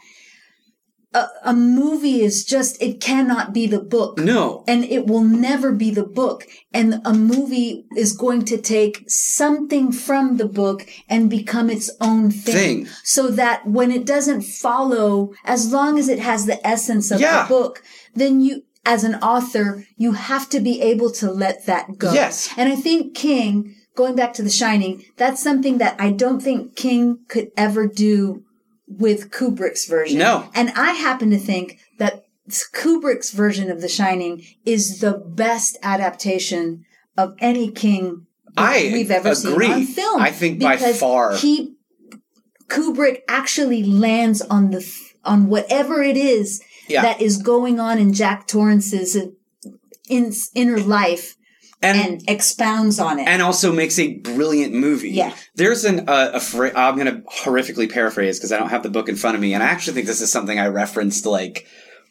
[SPEAKER 1] a, a movie is just it cannot be the book
[SPEAKER 2] no,
[SPEAKER 1] and it will never be the book. And a movie is going to take something from the book and become its own thing.
[SPEAKER 2] Thing.
[SPEAKER 1] So that when it doesn't follow, as long as it has the essence of
[SPEAKER 2] Yeah.
[SPEAKER 1] the book, then you, as an author, you have to be able to let that go.
[SPEAKER 2] Yes.
[SPEAKER 1] And I think King, going back to The Shining, that's something that I don't think King could ever do with Kubrick's version.
[SPEAKER 2] No.
[SPEAKER 1] And I happen to think that Kubrick's version of The Shining is the best adaptation of any King
[SPEAKER 2] I
[SPEAKER 1] we've ever
[SPEAKER 2] agree.
[SPEAKER 1] seen on film.
[SPEAKER 2] I think by
[SPEAKER 1] because
[SPEAKER 2] far.
[SPEAKER 1] he Kubrick actually lands on the f- on whatever it is
[SPEAKER 2] Yeah.
[SPEAKER 1] that is going on in Jack Torrance's in, inner life
[SPEAKER 2] and
[SPEAKER 1] and expounds on it.
[SPEAKER 2] and also makes a brilliant movie.
[SPEAKER 1] Yeah.
[SPEAKER 2] There's an uh, a fra- I'm going to horrifically paraphrase because I don't have the book in front of me, and I actually think this is something I referenced like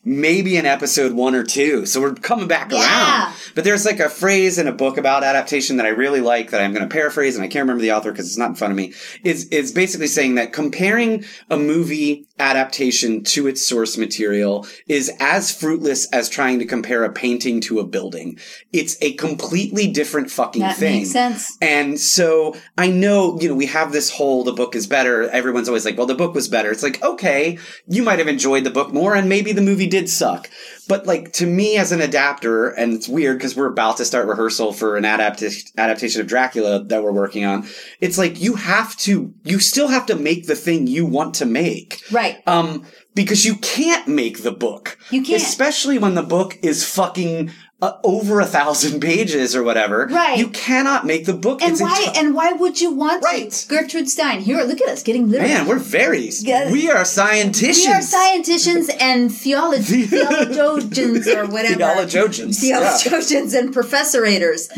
[SPEAKER 2] maybe in episode one or two. So we're coming back
[SPEAKER 1] Yeah.
[SPEAKER 2] around. But there's like a phrase in a book about adaptation that I really like that I'm going to paraphrase, and I can't remember the author because it's not in front of me. Is is basically saying that comparing a movie adaptation to its source material is as fruitless as trying to compare a painting to a building. It's a completely different fucking
[SPEAKER 1] That
[SPEAKER 2] thing.
[SPEAKER 1] makes sense.
[SPEAKER 2] And so I know, you know, we have this whole the book is better. Everyone's always like, well, the book was better. It's like, okay, you might have enjoyed the book more and maybe the movie did suck. But like to me as an adapter, and it's weird because we're about to start rehearsal for an adaptation adaptation of Dracula that we're working on. It's like you have to you still have to make the thing you want to make.
[SPEAKER 1] right.
[SPEAKER 2] Um, because you can't make the book.
[SPEAKER 1] You can't.
[SPEAKER 2] Especially when the book is fucking uh, over a thousand [laughs] pages or whatever.
[SPEAKER 1] Right.
[SPEAKER 2] You cannot make the book.
[SPEAKER 1] And
[SPEAKER 2] It's
[SPEAKER 1] why?
[SPEAKER 2] enti-
[SPEAKER 1] and why would you want
[SPEAKER 2] Right.
[SPEAKER 1] to? Gertrude Stein. Here, look at us getting literate.
[SPEAKER 2] Man, we're very.
[SPEAKER 1] Yeah.
[SPEAKER 2] We are scientists.
[SPEAKER 1] we are scientists and
[SPEAKER 2] [laughs]
[SPEAKER 1] theologi- theologians or whatever.
[SPEAKER 2] Theologians, Mm-hmm. yeah.
[SPEAKER 1] Theologians and professorators.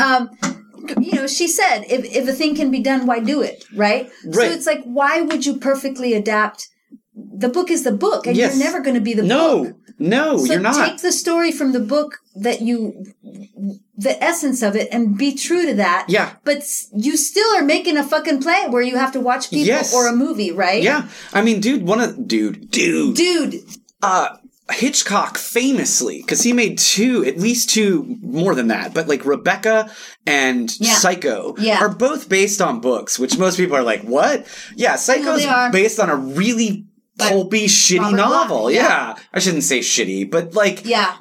[SPEAKER 1] Um, you know, she said, if, if a thing can be done, why do it, right? So
[SPEAKER 2] Right.
[SPEAKER 1] it's like, why would you perfectly adapt? The book is the book, and
[SPEAKER 2] Yes.
[SPEAKER 1] you're never going to be the book.
[SPEAKER 2] No, no,
[SPEAKER 1] So
[SPEAKER 2] you're not.
[SPEAKER 1] take the story from the book that you, the essence of it, and be true to that.
[SPEAKER 2] Yeah.
[SPEAKER 1] But s- you still are making a fucking play where you have to watch people
[SPEAKER 2] Yes.
[SPEAKER 1] or a movie, right?
[SPEAKER 2] yeah, I mean, dude, one of dude, dude,
[SPEAKER 1] Dude,
[SPEAKER 2] uh, Hitchcock famously, because he made two, at least two more than that, but like Rebecca and
[SPEAKER 1] Yeah.
[SPEAKER 2] Psycho
[SPEAKER 1] Yeah.
[SPEAKER 2] are both based on books, which most people are like, what? Yeah, Psycho's
[SPEAKER 1] they are.
[SPEAKER 2] based on a really
[SPEAKER 1] But
[SPEAKER 2] pulpy, shitty
[SPEAKER 1] Robert
[SPEAKER 2] novel.
[SPEAKER 1] Bloch,
[SPEAKER 2] yeah.
[SPEAKER 1] yeah.
[SPEAKER 2] I shouldn't say shitty, but like,
[SPEAKER 1] Yeah.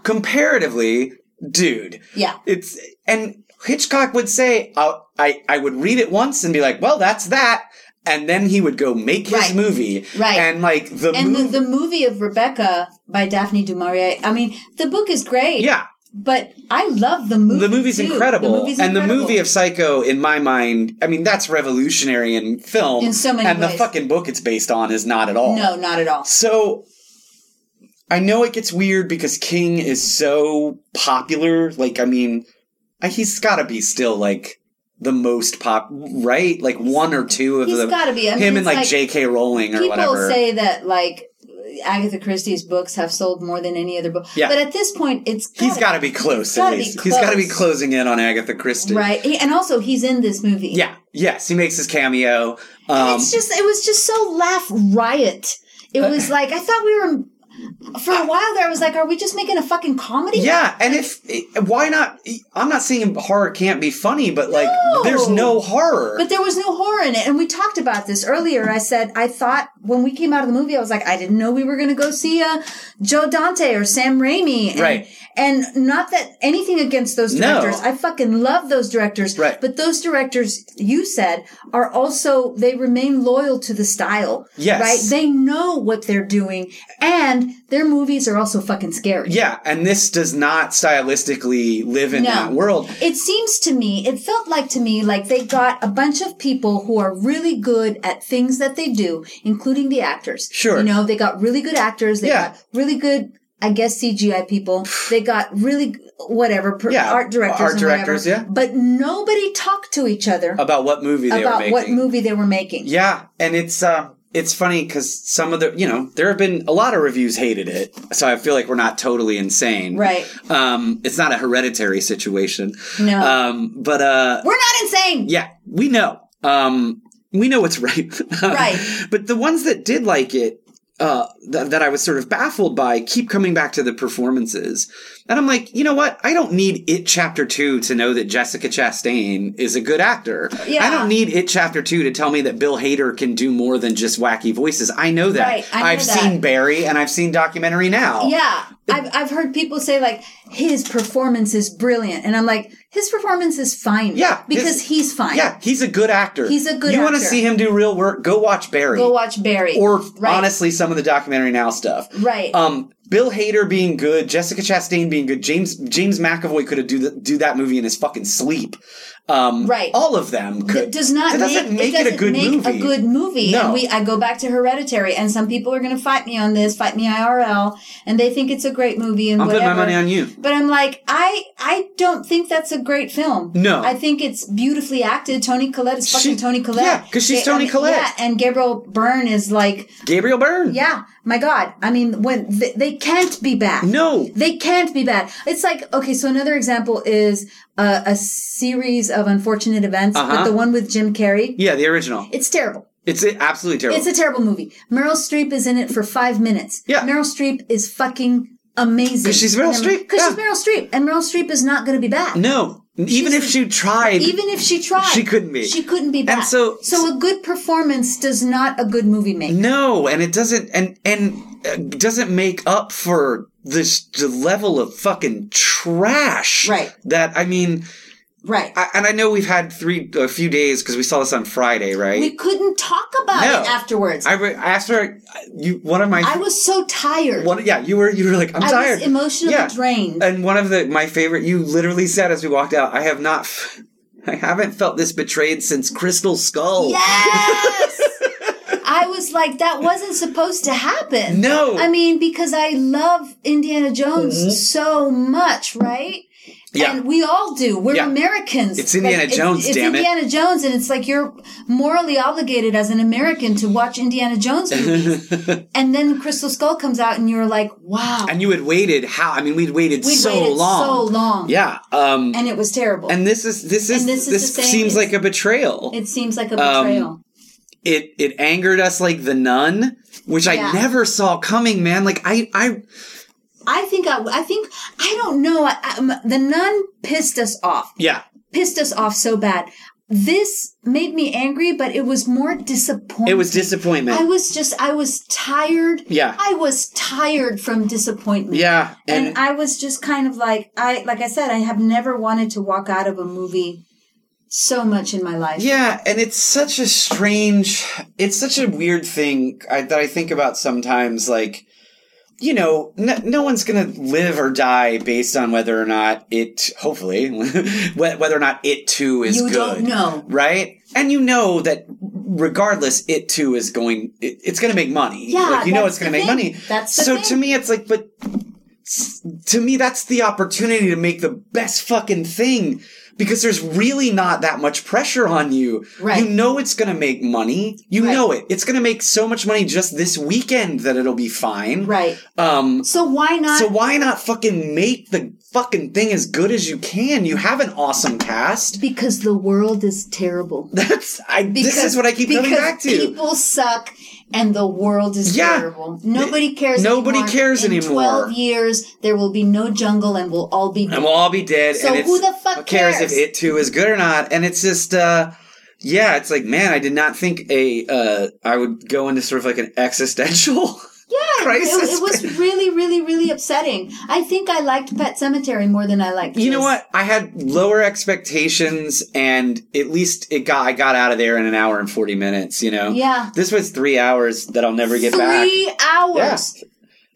[SPEAKER 2] comparatively, dude.
[SPEAKER 1] Yeah.
[SPEAKER 2] It's, and Hitchcock would say, i I, I would read it once and be like, well, that's that. And then he would go make his
[SPEAKER 1] Right.
[SPEAKER 2] movie.
[SPEAKER 1] Right.
[SPEAKER 2] And like the
[SPEAKER 1] And
[SPEAKER 2] movie.
[SPEAKER 1] the, the movie of Rebecca by Daphne du Maurier. I mean, the book is great.
[SPEAKER 2] yeah.
[SPEAKER 1] but I love the movie.
[SPEAKER 2] The movie's
[SPEAKER 1] too.
[SPEAKER 2] incredible.
[SPEAKER 1] The movie's
[SPEAKER 2] and
[SPEAKER 1] incredible.
[SPEAKER 2] the movie of Psycho, in my mind, I mean, that's revolutionary in film.
[SPEAKER 1] In so many
[SPEAKER 2] And the
[SPEAKER 1] ways.
[SPEAKER 2] fucking book it's based on is not at all.
[SPEAKER 1] No, not at all.
[SPEAKER 2] So I know it gets weird because King is so popular. Like, I mean, I- he's gotta be still like the most pop, right? Like one or two of
[SPEAKER 1] He's
[SPEAKER 2] the
[SPEAKER 1] got to be. I mean,
[SPEAKER 2] him and
[SPEAKER 1] it's
[SPEAKER 2] like, J.K. Rowling or
[SPEAKER 1] people
[SPEAKER 2] whatever.
[SPEAKER 1] say that like Agatha Christie's books have sold more than any other book.
[SPEAKER 2] Yeah.
[SPEAKER 1] But at this point, it's
[SPEAKER 2] he's got to be
[SPEAKER 1] It's
[SPEAKER 2] close at
[SPEAKER 1] gotta be
[SPEAKER 2] least. He's got to be
[SPEAKER 1] close.
[SPEAKER 2] closing in on Agatha Christie.
[SPEAKER 1] right, He- and also he's in this movie.
[SPEAKER 2] Yeah. Yes, he makes his cameo. Um, Uh,
[SPEAKER 1] it's just it was just so laugh riot. It was like I thought we were for a while there. I was like, are we just making a fucking comedy?
[SPEAKER 2] Yeah, and if why not? I'm not saying horror can't be funny, but like
[SPEAKER 1] No.
[SPEAKER 2] there's no horror.
[SPEAKER 1] But there was no horror in it, and we talked about this earlier. I said I thought when we came out of the movie, I was like, I didn't know we were going to go see uh, Joe Dante or Sam Raimi, and,
[SPEAKER 2] Right.
[SPEAKER 1] And not that anything against those
[SPEAKER 2] No.
[SPEAKER 1] directors. I fucking love those directors.
[SPEAKER 2] Right.
[SPEAKER 1] But those directors, you said, are also they remain loyal to the style.
[SPEAKER 2] Yes.
[SPEAKER 1] Right. They know what they're doing, and their movies are also fucking scary.
[SPEAKER 2] yeah, and this does not stylistically live in
[SPEAKER 1] No.
[SPEAKER 2] that world.
[SPEAKER 1] It seems to me, it felt like to me, like they got a bunch of people who are really good at things that they do, including the actors.
[SPEAKER 2] Sure.
[SPEAKER 1] You know, they got really good actors. They
[SPEAKER 2] Yeah.
[SPEAKER 1] got really good, I guess, CGI
[SPEAKER 2] [sighs]
[SPEAKER 1] people. They got really, g- whatever, per,
[SPEAKER 2] Yeah,
[SPEAKER 1] art directors.
[SPEAKER 2] art
[SPEAKER 1] and whatever.
[SPEAKER 2] directors, yeah.
[SPEAKER 1] But nobody talked to each other
[SPEAKER 2] About what movie they were
[SPEAKER 1] about
[SPEAKER 2] making?
[SPEAKER 1] what movie they were making.
[SPEAKER 2] Yeah, and it's uh, it's funny because some of the you know there have been a lot of reviews hated it, so I feel like we're not totally insane.
[SPEAKER 1] Right.
[SPEAKER 2] Um, it's not a hereditary situation.
[SPEAKER 1] No.
[SPEAKER 2] Um, but uh,
[SPEAKER 1] we're not insane.
[SPEAKER 2] Yeah, we know. Um, we know what's [laughs] right.
[SPEAKER 1] Right.
[SPEAKER 2] But the ones that did like it, uh, th- that I was sort of baffled by, keep coming back to the performances. And I'm like, you know what? I don't need It Chapter 2 to know that Jessica Chastain is a good actor.
[SPEAKER 1] Yeah.
[SPEAKER 2] I don't need It Chapter 2 to tell me that Bill Hader can do more than just wacky voices. I know that.
[SPEAKER 1] Right, I know
[SPEAKER 2] have
[SPEAKER 1] that.
[SPEAKER 2] seen Barry and I've seen documentary now.
[SPEAKER 1] Yeah. I've, I've heard people say like his performance is brilliant and i'm like his performance is fine
[SPEAKER 2] Yeah,
[SPEAKER 1] because
[SPEAKER 2] his-
[SPEAKER 1] he's fine
[SPEAKER 2] Yeah, he's a good actor.
[SPEAKER 1] He's a good
[SPEAKER 2] You want to
[SPEAKER 1] actor.
[SPEAKER 2] see him do real work? Go watch Barry.
[SPEAKER 1] go watch barry
[SPEAKER 2] or
[SPEAKER 1] Right.
[SPEAKER 2] honestly some of the documentary now stuff.
[SPEAKER 1] Right.
[SPEAKER 2] Um, Bill Hader being good, Jessica Chastain being good, James James McAvoy could have do th- do that movie in his fucking sleep. Um,
[SPEAKER 1] Right.
[SPEAKER 2] all of them could.
[SPEAKER 1] It does not
[SPEAKER 2] That doesn't
[SPEAKER 1] make, it,
[SPEAKER 2] make it a
[SPEAKER 1] doesn't
[SPEAKER 2] good
[SPEAKER 1] make
[SPEAKER 2] movie.
[SPEAKER 1] a good movie.
[SPEAKER 2] No.
[SPEAKER 1] And we I go back to Hereditary, and some people are going to fight me on this, fight me IRL, and they think it's a great movie. And
[SPEAKER 2] I'm putting
[SPEAKER 1] whatever.
[SPEAKER 2] my money on you.
[SPEAKER 1] But I'm like, I I don't think that's a great film.
[SPEAKER 2] No.
[SPEAKER 1] I think it's beautifully acted. Toni Collette is fucking
[SPEAKER 2] She-
[SPEAKER 1] Toni Collette.
[SPEAKER 2] yeah, 'cause she's
[SPEAKER 1] Ga-
[SPEAKER 2] Toni
[SPEAKER 1] I mean,
[SPEAKER 2] Collette.
[SPEAKER 1] Yeah, and Gabriel Byrne is like,
[SPEAKER 2] Gabriel Byrne.
[SPEAKER 1] yeah, my God. I mean, when they, they can't be back.
[SPEAKER 2] No.
[SPEAKER 1] They can't be bad. It's like okay. So another example is uh, a series of unfortunate events, but
[SPEAKER 2] Uh-huh.
[SPEAKER 1] the one with Jim Carrey.
[SPEAKER 2] Yeah, the original.
[SPEAKER 1] It's terrible.
[SPEAKER 2] It's i- absolutely terrible.
[SPEAKER 1] It's a terrible movie. Meryl Streep is in it for five minutes.
[SPEAKER 2] Yeah.
[SPEAKER 1] Meryl Streep is fucking amazing.
[SPEAKER 2] 'Cause she's Meryl Streep,
[SPEAKER 1] Because
[SPEAKER 2] yeah.
[SPEAKER 1] she's Meryl Streep, and Meryl Streep is not going to be back.
[SPEAKER 2] no. Even if she tried,
[SPEAKER 1] Even if she tried,
[SPEAKER 2] She couldn't be.
[SPEAKER 1] She couldn't be back.
[SPEAKER 2] so-
[SPEAKER 1] so a good performance does not a good movie make.
[SPEAKER 2] no, and it doesn't and and uh, doesn't make up for this the level of fucking trash.
[SPEAKER 1] Right.
[SPEAKER 2] That I mean,
[SPEAKER 1] Right.
[SPEAKER 2] I, and I know we've had three a few days because we saw this on Friday, right?
[SPEAKER 1] we couldn't talk about
[SPEAKER 2] No.
[SPEAKER 1] it afterwards.
[SPEAKER 2] I
[SPEAKER 1] I,
[SPEAKER 2] re- after you one of my
[SPEAKER 1] was so tired.
[SPEAKER 2] one yeah you were you were like I'm
[SPEAKER 1] I
[SPEAKER 2] tired
[SPEAKER 1] was emotionally
[SPEAKER 2] Yeah.
[SPEAKER 1] drained.
[SPEAKER 2] and one of the my favorite you literally said as we walked out I have not f- I haven't felt this betrayed since Crystal Skull [laughs]
[SPEAKER 1] Yes. I was like, that wasn't supposed to happen.
[SPEAKER 2] No. Mm-hmm.
[SPEAKER 1] I mean, because I love Indiana Jones so much, right?
[SPEAKER 2] Yeah.
[SPEAKER 1] And we all do. We're
[SPEAKER 2] Yeah.
[SPEAKER 1] Americans.
[SPEAKER 2] It's Indiana Jones,
[SPEAKER 1] it's, it's
[SPEAKER 2] damn it.
[SPEAKER 1] Indiana Jones, and it's like you're morally obligated as an American to watch Indiana Jones
[SPEAKER 2] [laughs]
[SPEAKER 1] movies. and then Crystal Skull comes out, and you're like, wow.
[SPEAKER 2] and you had waited how I mean we'd waited
[SPEAKER 1] we
[SPEAKER 2] so
[SPEAKER 1] waited
[SPEAKER 2] long
[SPEAKER 1] so long.
[SPEAKER 2] yeah um
[SPEAKER 1] And it was terrible.
[SPEAKER 2] and this is this is
[SPEAKER 1] And this
[SPEAKER 2] this,
[SPEAKER 1] is the same-
[SPEAKER 2] seems like a betrayal
[SPEAKER 1] it seems like a betrayal.
[SPEAKER 2] um, it it angered us like the nun which
[SPEAKER 1] Yeah.
[SPEAKER 2] I never saw coming man like I I
[SPEAKER 1] I think I, I think I don't know. I, I, m- the nun pissed us off,
[SPEAKER 2] yeah
[SPEAKER 1] pissed us off so bad. This made me angry, but it was more disappointing.
[SPEAKER 2] it was disappointment
[SPEAKER 1] I was just I was tired.
[SPEAKER 2] Yeah.
[SPEAKER 1] I was tired from disappointment.
[SPEAKER 2] yeah
[SPEAKER 1] and, I was just kind of like I like I said I have never wanted to walk out of a movie so much in my life.
[SPEAKER 2] Yeah, and it's such a strange, it's such a weird thing I, that I think about sometimes. Like, you know, no, no one's going to live or die based on whether or not it, hopefully, [laughs] whe- whether or not it too is
[SPEAKER 1] you
[SPEAKER 2] good.
[SPEAKER 1] don't know.
[SPEAKER 2] Right? And you know that regardless, it too is going, it, it's going to make money.
[SPEAKER 1] Yeah,
[SPEAKER 2] Like, you know
[SPEAKER 1] that's
[SPEAKER 2] it's going
[SPEAKER 1] the
[SPEAKER 2] to make
[SPEAKER 1] thing.
[SPEAKER 2] money.
[SPEAKER 1] That's the
[SPEAKER 2] So
[SPEAKER 1] thing.
[SPEAKER 2] to me, it's like, but s- to me, that's the opportunity to make the best fucking thing because there's really not that much pressure on you.
[SPEAKER 1] Right.
[SPEAKER 2] You know it's going to make money. You
[SPEAKER 1] Right.
[SPEAKER 2] know it. It's going to make so much money just this weekend that it'll be fine.
[SPEAKER 1] Right.
[SPEAKER 2] Um,
[SPEAKER 1] So why not?
[SPEAKER 2] so why not fucking make the fucking thing as good as you can? You have an awesome cast.
[SPEAKER 1] because the world is terrible.
[SPEAKER 2] That's I.
[SPEAKER 1] Because,
[SPEAKER 2] this is what I keep coming
[SPEAKER 1] because
[SPEAKER 2] back to.
[SPEAKER 1] People suck, and the world is
[SPEAKER 2] Yeah.
[SPEAKER 1] terrible. Nobody cares.
[SPEAKER 2] Nobody
[SPEAKER 1] anymore.
[SPEAKER 2] cares
[SPEAKER 1] In
[SPEAKER 2] anymore.
[SPEAKER 1] Twelve years, there will be no jungle, and we'll all be.
[SPEAKER 2] and we'll all be dead.
[SPEAKER 1] So
[SPEAKER 2] and it's,
[SPEAKER 1] who the fuck
[SPEAKER 2] who cares, if
[SPEAKER 1] cares?
[SPEAKER 2] it too is good or not? And it's just, uh, yeah, it's like, man, I did not think a uh, I would go into sort of like an existential. [laughs]
[SPEAKER 1] yeah,
[SPEAKER 2] crisis.
[SPEAKER 1] It, it was really, really, really upsetting. I think I liked Pet Cemetery more than I liked.
[SPEAKER 2] [laughs] You know
[SPEAKER 1] this.
[SPEAKER 2] what? I had lower expectations, and at least it got I got out of there in an hour and forty minutes. You know,
[SPEAKER 1] Yeah.
[SPEAKER 2] This was three hours that I'll never get back.
[SPEAKER 1] Three hours.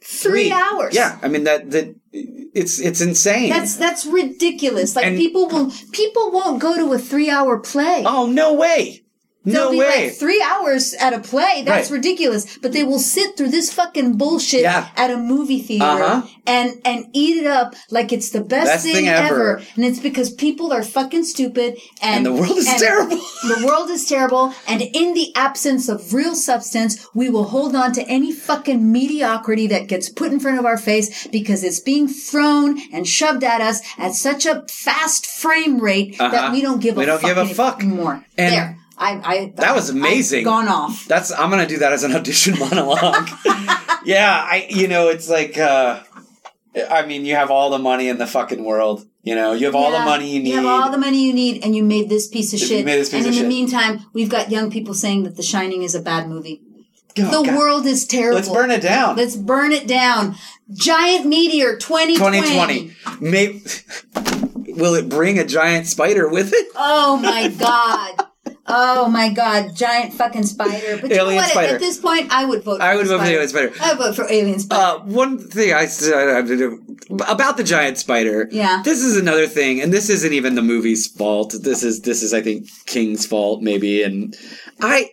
[SPEAKER 1] Three
[SPEAKER 2] Three.
[SPEAKER 1] hours.
[SPEAKER 2] Yeah, I mean that that it's it's insane.
[SPEAKER 1] That's that's ridiculous. Like
[SPEAKER 2] And-
[SPEAKER 1] people will people won't go to a three hour play.
[SPEAKER 2] oh no way,
[SPEAKER 1] They'll
[SPEAKER 2] no
[SPEAKER 1] be
[SPEAKER 2] way.
[SPEAKER 1] like three hours at a play. That's
[SPEAKER 2] Right.
[SPEAKER 1] ridiculous. But they will sit through this fucking bullshit
[SPEAKER 2] Yeah.
[SPEAKER 1] at a movie theater
[SPEAKER 2] Uh-huh.
[SPEAKER 1] and and eat it up like it's the best,
[SPEAKER 2] Best thing ever.
[SPEAKER 1] And it's because people are fucking stupid and,
[SPEAKER 2] And the world is
[SPEAKER 1] and
[SPEAKER 2] terrible.
[SPEAKER 1] [laughs] the world is terrible. And in the absence of real substance, we will hold on to any fucking mediocrity that gets put in front of our face because it's being thrown and shoved at us at such a fast frame rate
[SPEAKER 2] Uh-huh.
[SPEAKER 1] that we don't give
[SPEAKER 2] We
[SPEAKER 1] a
[SPEAKER 2] don't
[SPEAKER 1] fuck
[SPEAKER 2] give a
[SPEAKER 1] any
[SPEAKER 2] fuck.
[SPEAKER 1] anymore.
[SPEAKER 2] And-
[SPEAKER 1] there. I, I
[SPEAKER 2] That was amazing.
[SPEAKER 1] I've gone off.
[SPEAKER 2] That's I'm gonna do that as an [laughs] audition monologue. yeah, I you know it's like uh I mean you have all the money in the fucking world. You know you have all the
[SPEAKER 1] Yeah.
[SPEAKER 2] money you need.
[SPEAKER 1] You have all the money you need, and you made this piece of
[SPEAKER 2] You
[SPEAKER 1] shit.
[SPEAKER 2] made this piece
[SPEAKER 1] and in
[SPEAKER 2] of
[SPEAKER 1] the
[SPEAKER 2] shit.
[SPEAKER 1] meantime, we've got young people saying that The Shining is a bad movie.
[SPEAKER 2] Oh,
[SPEAKER 1] the
[SPEAKER 2] God.
[SPEAKER 1] world is terrible.
[SPEAKER 2] Let's burn it down.
[SPEAKER 1] Let's burn it down. Giant meteor 2020.
[SPEAKER 2] 2020. May [laughs] will it bring a giant spider with it?
[SPEAKER 1] Oh my [laughs] god. Oh my god, giant fucking spider. But you know
[SPEAKER 2] Alien
[SPEAKER 1] what? At-
[SPEAKER 2] spider.
[SPEAKER 1] At this point, I would vote.
[SPEAKER 2] I
[SPEAKER 1] for
[SPEAKER 2] would
[SPEAKER 1] the
[SPEAKER 2] vote for the
[SPEAKER 1] spider.
[SPEAKER 2] alien spider.
[SPEAKER 1] I would vote for alien spider.
[SPEAKER 2] Uh, one thing I s- I- I- about the giant spider.
[SPEAKER 1] Yeah.
[SPEAKER 2] This is another thing, and this isn't even the movie's fault. This is this is I think King's fault maybe, and I.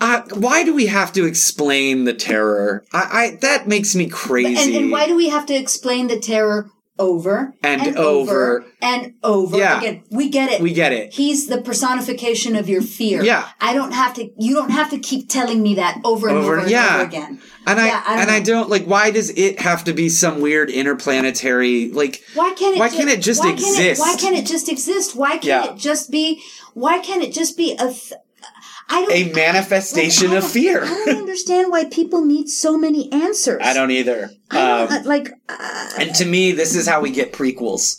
[SPEAKER 2] I why do we have to explain the terror? I, I that makes me crazy.
[SPEAKER 1] and, and why do we have to explain the terror over
[SPEAKER 2] And over.
[SPEAKER 1] and over
[SPEAKER 2] Yeah.
[SPEAKER 1] again? We get it.
[SPEAKER 2] we get it?
[SPEAKER 1] He's the personification of your fear.
[SPEAKER 2] Yeah.
[SPEAKER 1] I don't have to. You don't have to keep telling me that over and over,
[SPEAKER 2] Over-
[SPEAKER 1] and
[SPEAKER 2] yeah.
[SPEAKER 1] over again.
[SPEAKER 2] And I,
[SPEAKER 1] Yeah, I don't
[SPEAKER 2] and I
[SPEAKER 1] know.
[SPEAKER 2] don't like why does it have to be some weird interplanetary like
[SPEAKER 1] Why can't it?
[SPEAKER 2] Why
[SPEAKER 1] ju-
[SPEAKER 2] can't it just
[SPEAKER 1] why can't it-
[SPEAKER 2] exist?
[SPEAKER 1] why can't it just exist? Why can't
[SPEAKER 2] Yeah.
[SPEAKER 1] it just be? Why can't it just be a? Th- I don't.
[SPEAKER 2] a manifestation
[SPEAKER 1] I
[SPEAKER 2] of
[SPEAKER 1] don't-
[SPEAKER 2] fear?
[SPEAKER 1] I don't understand why people need so many answers.
[SPEAKER 2] I don't either.
[SPEAKER 1] I don't,
[SPEAKER 2] Um,
[SPEAKER 1] uh, like. Uh,
[SPEAKER 2] and to me, this is how we get prequels.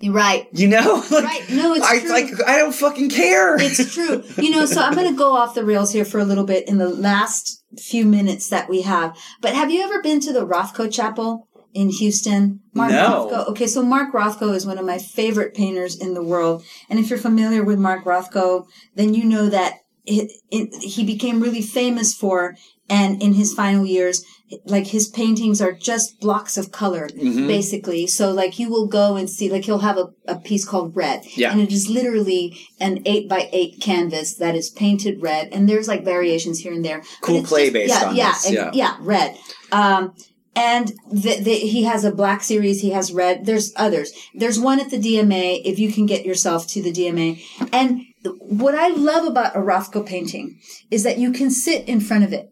[SPEAKER 1] you're right.
[SPEAKER 2] You know, [laughs] like,
[SPEAKER 1] Right. No, it's
[SPEAKER 2] I,
[SPEAKER 1] true.
[SPEAKER 2] like I don't fucking care.
[SPEAKER 1] It's true. You know, so I'm going to go off the rails here for a little bit in the last few minutes that we have. But have you ever been to the Rothko Chapel in Houston? Mark
[SPEAKER 2] No.
[SPEAKER 1] Rothko. Okay, so Mark Rothko is one of my favorite painters in the world. And if you're familiar with Mark Rothko, then you know that it, it, he became really famous for and in his final years like his paintings are just blocks of color basically so like you will go and see like he'll have a, a piece called red
[SPEAKER 2] Yeah.
[SPEAKER 1] and it is literally an eight by eight canvas that is painted red and there's like variations here and there But
[SPEAKER 2] Cool
[SPEAKER 1] it's
[SPEAKER 2] clay based
[SPEAKER 1] yeah,
[SPEAKER 2] on
[SPEAKER 1] yeah,
[SPEAKER 2] this,
[SPEAKER 1] ex-
[SPEAKER 2] yeah.
[SPEAKER 1] yeah red um and the, the, he has a black series. He has red. There's others. There's one at the DMA. If you can get yourself to the DMA, and the, what I love about a Rothko painting is that you can sit in front of it,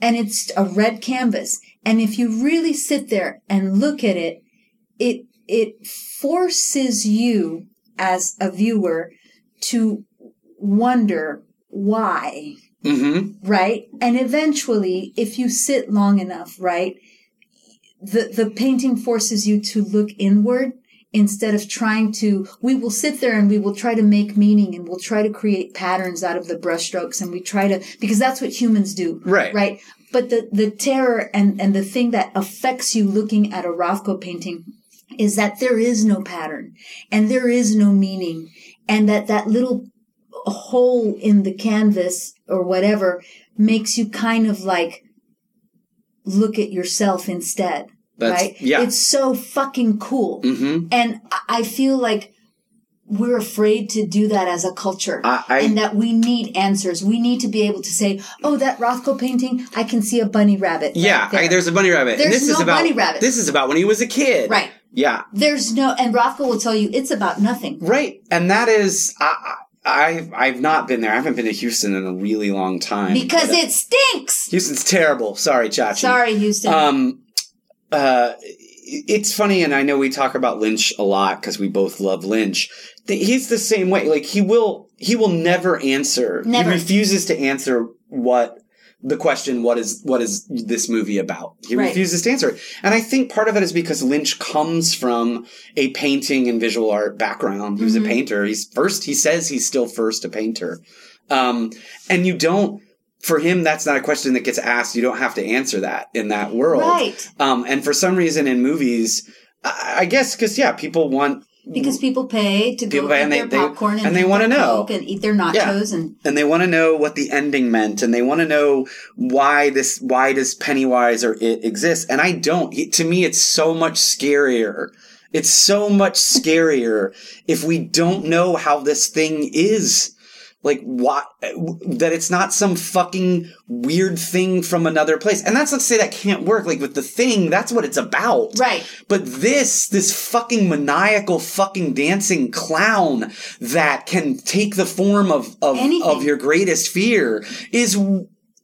[SPEAKER 1] and it's a red canvas. And if you really sit there and look at it, it it forces you as a viewer to wonder why
[SPEAKER 2] mm-hmm.
[SPEAKER 1] right? And eventually, if you sit long enough, right, the the painting forces you to look inward instead of trying to we will sit there and we will try to make meaning and we'll try to create patterns out of the brushstrokes and we try to because that's what humans do
[SPEAKER 2] Right.
[SPEAKER 1] right but the the terror and and the thing that affects you looking at a rothko painting is that there is no pattern and there is no meaning and that that little hole in the canvas or whatever makes you kind of like look at yourself instead.
[SPEAKER 2] That's-
[SPEAKER 1] right?
[SPEAKER 2] yeah.
[SPEAKER 1] It's so fucking cool.
[SPEAKER 2] Mm-hmm.
[SPEAKER 1] And I- I feel like we're afraid to do that as a culture.
[SPEAKER 2] I- I-
[SPEAKER 1] and that we need answers. We need to be able to say, oh, that Rothko painting, I can see a bunny rabbit. right
[SPEAKER 2] Yeah,
[SPEAKER 1] there.
[SPEAKER 2] I, there's a bunny rabbit. and
[SPEAKER 1] There's
[SPEAKER 2] this is
[SPEAKER 1] no
[SPEAKER 2] about
[SPEAKER 1] bunny rabbit.
[SPEAKER 2] this is about when he was a kid.
[SPEAKER 1] Right.
[SPEAKER 2] Yeah.
[SPEAKER 1] There's no, and Rothko will tell you it's about nothing.
[SPEAKER 2] Right. And that is I, I I've not been there. I haven't been to Houston in a really long time.
[SPEAKER 1] Because
[SPEAKER 2] But, uh,
[SPEAKER 1] it stinks!
[SPEAKER 2] Houston's terrible. Sorry, Chachi.
[SPEAKER 1] Sorry, Houston.
[SPEAKER 2] Um, uh, it's funny, and I know we talk about Lynch a lot because we both love Lynch. Th- He's the same way. Like he will, he will never answer.
[SPEAKER 1] Never.
[SPEAKER 2] He refuses to answer what the question what is what is this movie about he
[SPEAKER 1] Right.
[SPEAKER 2] refuses to answer it and i think part of it is because lynch comes from a painting and visual art background he was
[SPEAKER 1] Mm-hmm.
[SPEAKER 2] a painter he's first he says he's still first a painter um, and you don't for him that's not a question that gets asked you don't have to answer that in that world
[SPEAKER 1] right.
[SPEAKER 2] um, and for some reason in movies i, I guess because yeah people want
[SPEAKER 1] Because people pay to
[SPEAKER 2] People
[SPEAKER 1] go
[SPEAKER 2] pay
[SPEAKER 1] eat
[SPEAKER 2] and
[SPEAKER 1] their
[SPEAKER 2] they- they-
[SPEAKER 1] popcorn and,
[SPEAKER 2] and they
[SPEAKER 1] drink
[SPEAKER 2] wanna
[SPEAKER 1] their
[SPEAKER 2] know.
[SPEAKER 1] Coke and eat their nachos and
[SPEAKER 2] and they want to know what the ending meant and they want to know why this why does pennywise or it exist and i don't It- to me it's so much scarier it's so much scarier if we don't know how this thing is like what that it's not some fucking weird thing from another place and that's not to say that can't work like with the thing that's what it's about
[SPEAKER 1] Right.
[SPEAKER 2] but this, this fucking maniacal fucking dancing clown that can take the form of of,
[SPEAKER 1] Anything.
[SPEAKER 2] of your greatest fear is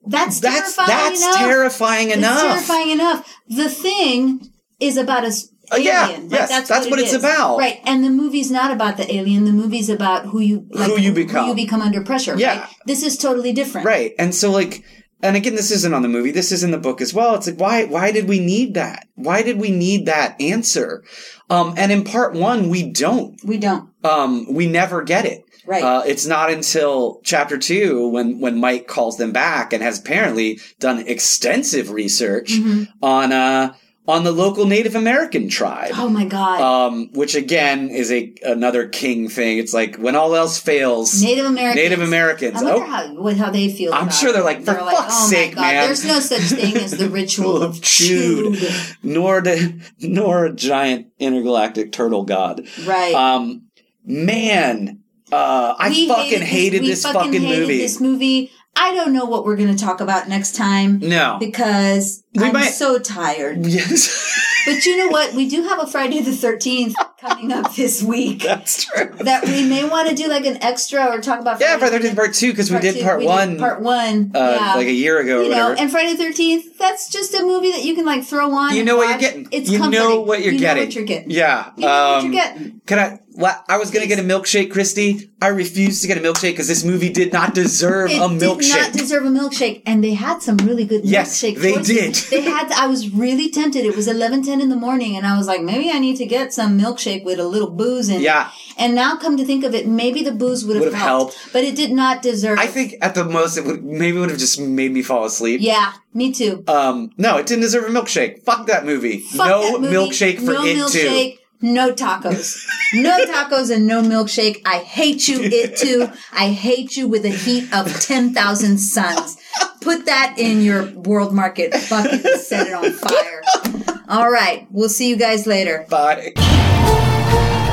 [SPEAKER 1] that's
[SPEAKER 2] that's
[SPEAKER 1] terrifying
[SPEAKER 2] that's
[SPEAKER 1] enough.
[SPEAKER 2] terrifying
[SPEAKER 1] It's
[SPEAKER 2] enough.
[SPEAKER 1] terrifying enough. The thing is about a s-
[SPEAKER 2] Uh,
[SPEAKER 1] alien.
[SPEAKER 2] yeah,
[SPEAKER 1] right?
[SPEAKER 2] yes, that's what
[SPEAKER 1] it
[SPEAKER 2] it's
[SPEAKER 1] is.
[SPEAKER 2] about.
[SPEAKER 1] Right, and the movie's not about the alien. The movie's about who you like,
[SPEAKER 2] Who you become.
[SPEAKER 1] you become under pressure.
[SPEAKER 2] Yeah.
[SPEAKER 1] right? this is totally different.
[SPEAKER 2] Right. And so like and again this isn't on the movie, this is in the book as well. It's like why why did we need that? Why did we need that answer? Um and in part 1 we don't.
[SPEAKER 1] we don't.
[SPEAKER 2] um, we never get it.
[SPEAKER 1] Right.
[SPEAKER 2] Uh, it's not until chapter two when when Mike calls them back and has apparently done extensive research
[SPEAKER 1] Mm-hmm.
[SPEAKER 2] on uh, on the local Native American tribe.
[SPEAKER 1] Oh my god,
[SPEAKER 2] Um, which again is a another king thing. It's like when all else fails,
[SPEAKER 1] Native Americans.
[SPEAKER 2] Native Americans.
[SPEAKER 1] I wonder
[SPEAKER 2] Oh,
[SPEAKER 1] how what, how they feel.
[SPEAKER 2] I'm
[SPEAKER 1] about
[SPEAKER 2] sure
[SPEAKER 1] it.
[SPEAKER 2] they're like, "For fuck's
[SPEAKER 1] oh
[SPEAKER 2] sake,
[SPEAKER 1] my god,
[SPEAKER 2] man."
[SPEAKER 1] There's no such thing as
[SPEAKER 2] [laughs]
[SPEAKER 1] the ritual of
[SPEAKER 2] chewed,
[SPEAKER 1] chewed.
[SPEAKER 2] nor the, nor a giant intergalactic turtle god.
[SPEAKER 1] Right.
[SPEAKER 2] Um, man, uh, I
[SPEAKER 1] We
[SPEAKER 2] fucking
[SPEAKER 1] this-
[SPEAKER 2] hated
[SPEAKER 1] we
[SPEAKER 2] this, fucking
[SPEAKER 1] hated
[SPEAKER 2] movie.
[SPEAKER 1] This movie. I don't know what we're going to talk about next time.
[SPEAKER 2] No.
[SPEAKER 1] because
[SPEAKER 2] We
[SPEAKER 1] I'm
[SPEAKER 2] might-
[SPEAKER 1] so tired.
[SPEAKER 2] Yes, [laughs]
[SPEAKER 1] But you know what? We do have a Friday the 13th coming up this week
[SPEAKER 2] that's true.
[SPEAKER 1] that we may want to do like an extra or talk about.
[SPEAKER 2] yeah,
[SPEAKER 1] Friday
[SPEAKER 2] Brother did part two because we did
[SPEAKER 1] two.
[SPEAKER 2] part
[SPEAKER 1] We
[SPEAKER 2] one
[SPEAKER 1] part one.
[SPEAKER 2] uh,
[SPEAKER 1] yeah.
[SPEAKER 2] like a year ago or
[SPEAKER 1] you know,
[SPEAKER 2] whatever.
[SPEAKER 1] and Friday the 13th, that's just a movie that you can like throw on.
[SPEAKER 2] you
[SPEAKER 1] and
[SPEAKER 2] know what you're
[SPEAKER 1] watch.
[SPEAKER 2] getting.
[SPEAKER 1] It's
[SPEAKER 2] you
[SPEAKER 1] comforting.
[SPEAKER 2] know what you're
[SPEAKER 1] You know
[SPEAKER 2] getting.
[SPEAKER 1] what you're getting.
[SPEAKER 2] Yeah.
[SPEAKER 1] You know what
[SPEAKER 2] um,
[SPEAKER 1] you're getting.
[SPEAKER 2] Can I? Well, I was gonna
[SPEAKER 1] Please.
[SPEAKER 2] get a milkshake, Christy. I refused to get a milkshake because this movie did not deserve
[SPEAKER 1] It
[SPEAKER 2] a
[SPEAKER 1] did not
[SPEAKER 2] milkshake.
[SPEAKER 1] deserve a milkshake, and they had some really good
[SPEAKER 2] Yes,
[SPEAKER 1] milkshake.
[SPEAKER 2] they
[SPEAKER 1] choices.
[SPEAKER 2] did.
[SPEAKER 1] They had. I was really tempted. It was eleven ten in the morning, and I was like, maybe I need to get some milkshake with a little booze in. it.
[SPEAKER 2] Yeah.
[SPEAKER 1] And now, come to think of it, maybe the booze would have
[SPEAKER 2] Would've
[SPEAKER 1] helped, but it did not deserve.
[SPEAKER 2] I think at the most it would maybe would have just made me fall asleep.
[SPEAKER 1] Yeah, me too.
[SPEAKER 2] Um, no, it didn't deserve a milkshake. Fuck that movie.
[SPEAKER 1] Fuck
[SPEAKER 2] no
[SPEAKER 1] that movie.
[SPEAKER 2] milkshake for
[SPEAKER 1] no
[SPEAKER 2] it
[SPEAKER 1] milkshake, No tacos.
[SPEAKER 2] [laughs]
[SPEAKER 1] No tacos and no milkshake. I hate you, it too. I hate you with a heat of 10,000 suns. Put that in your world market bucket and set it on fire. All right. We'll see you guys later.
[SPEAKER 2] too. Bye.
[SPEAKER 3] Thank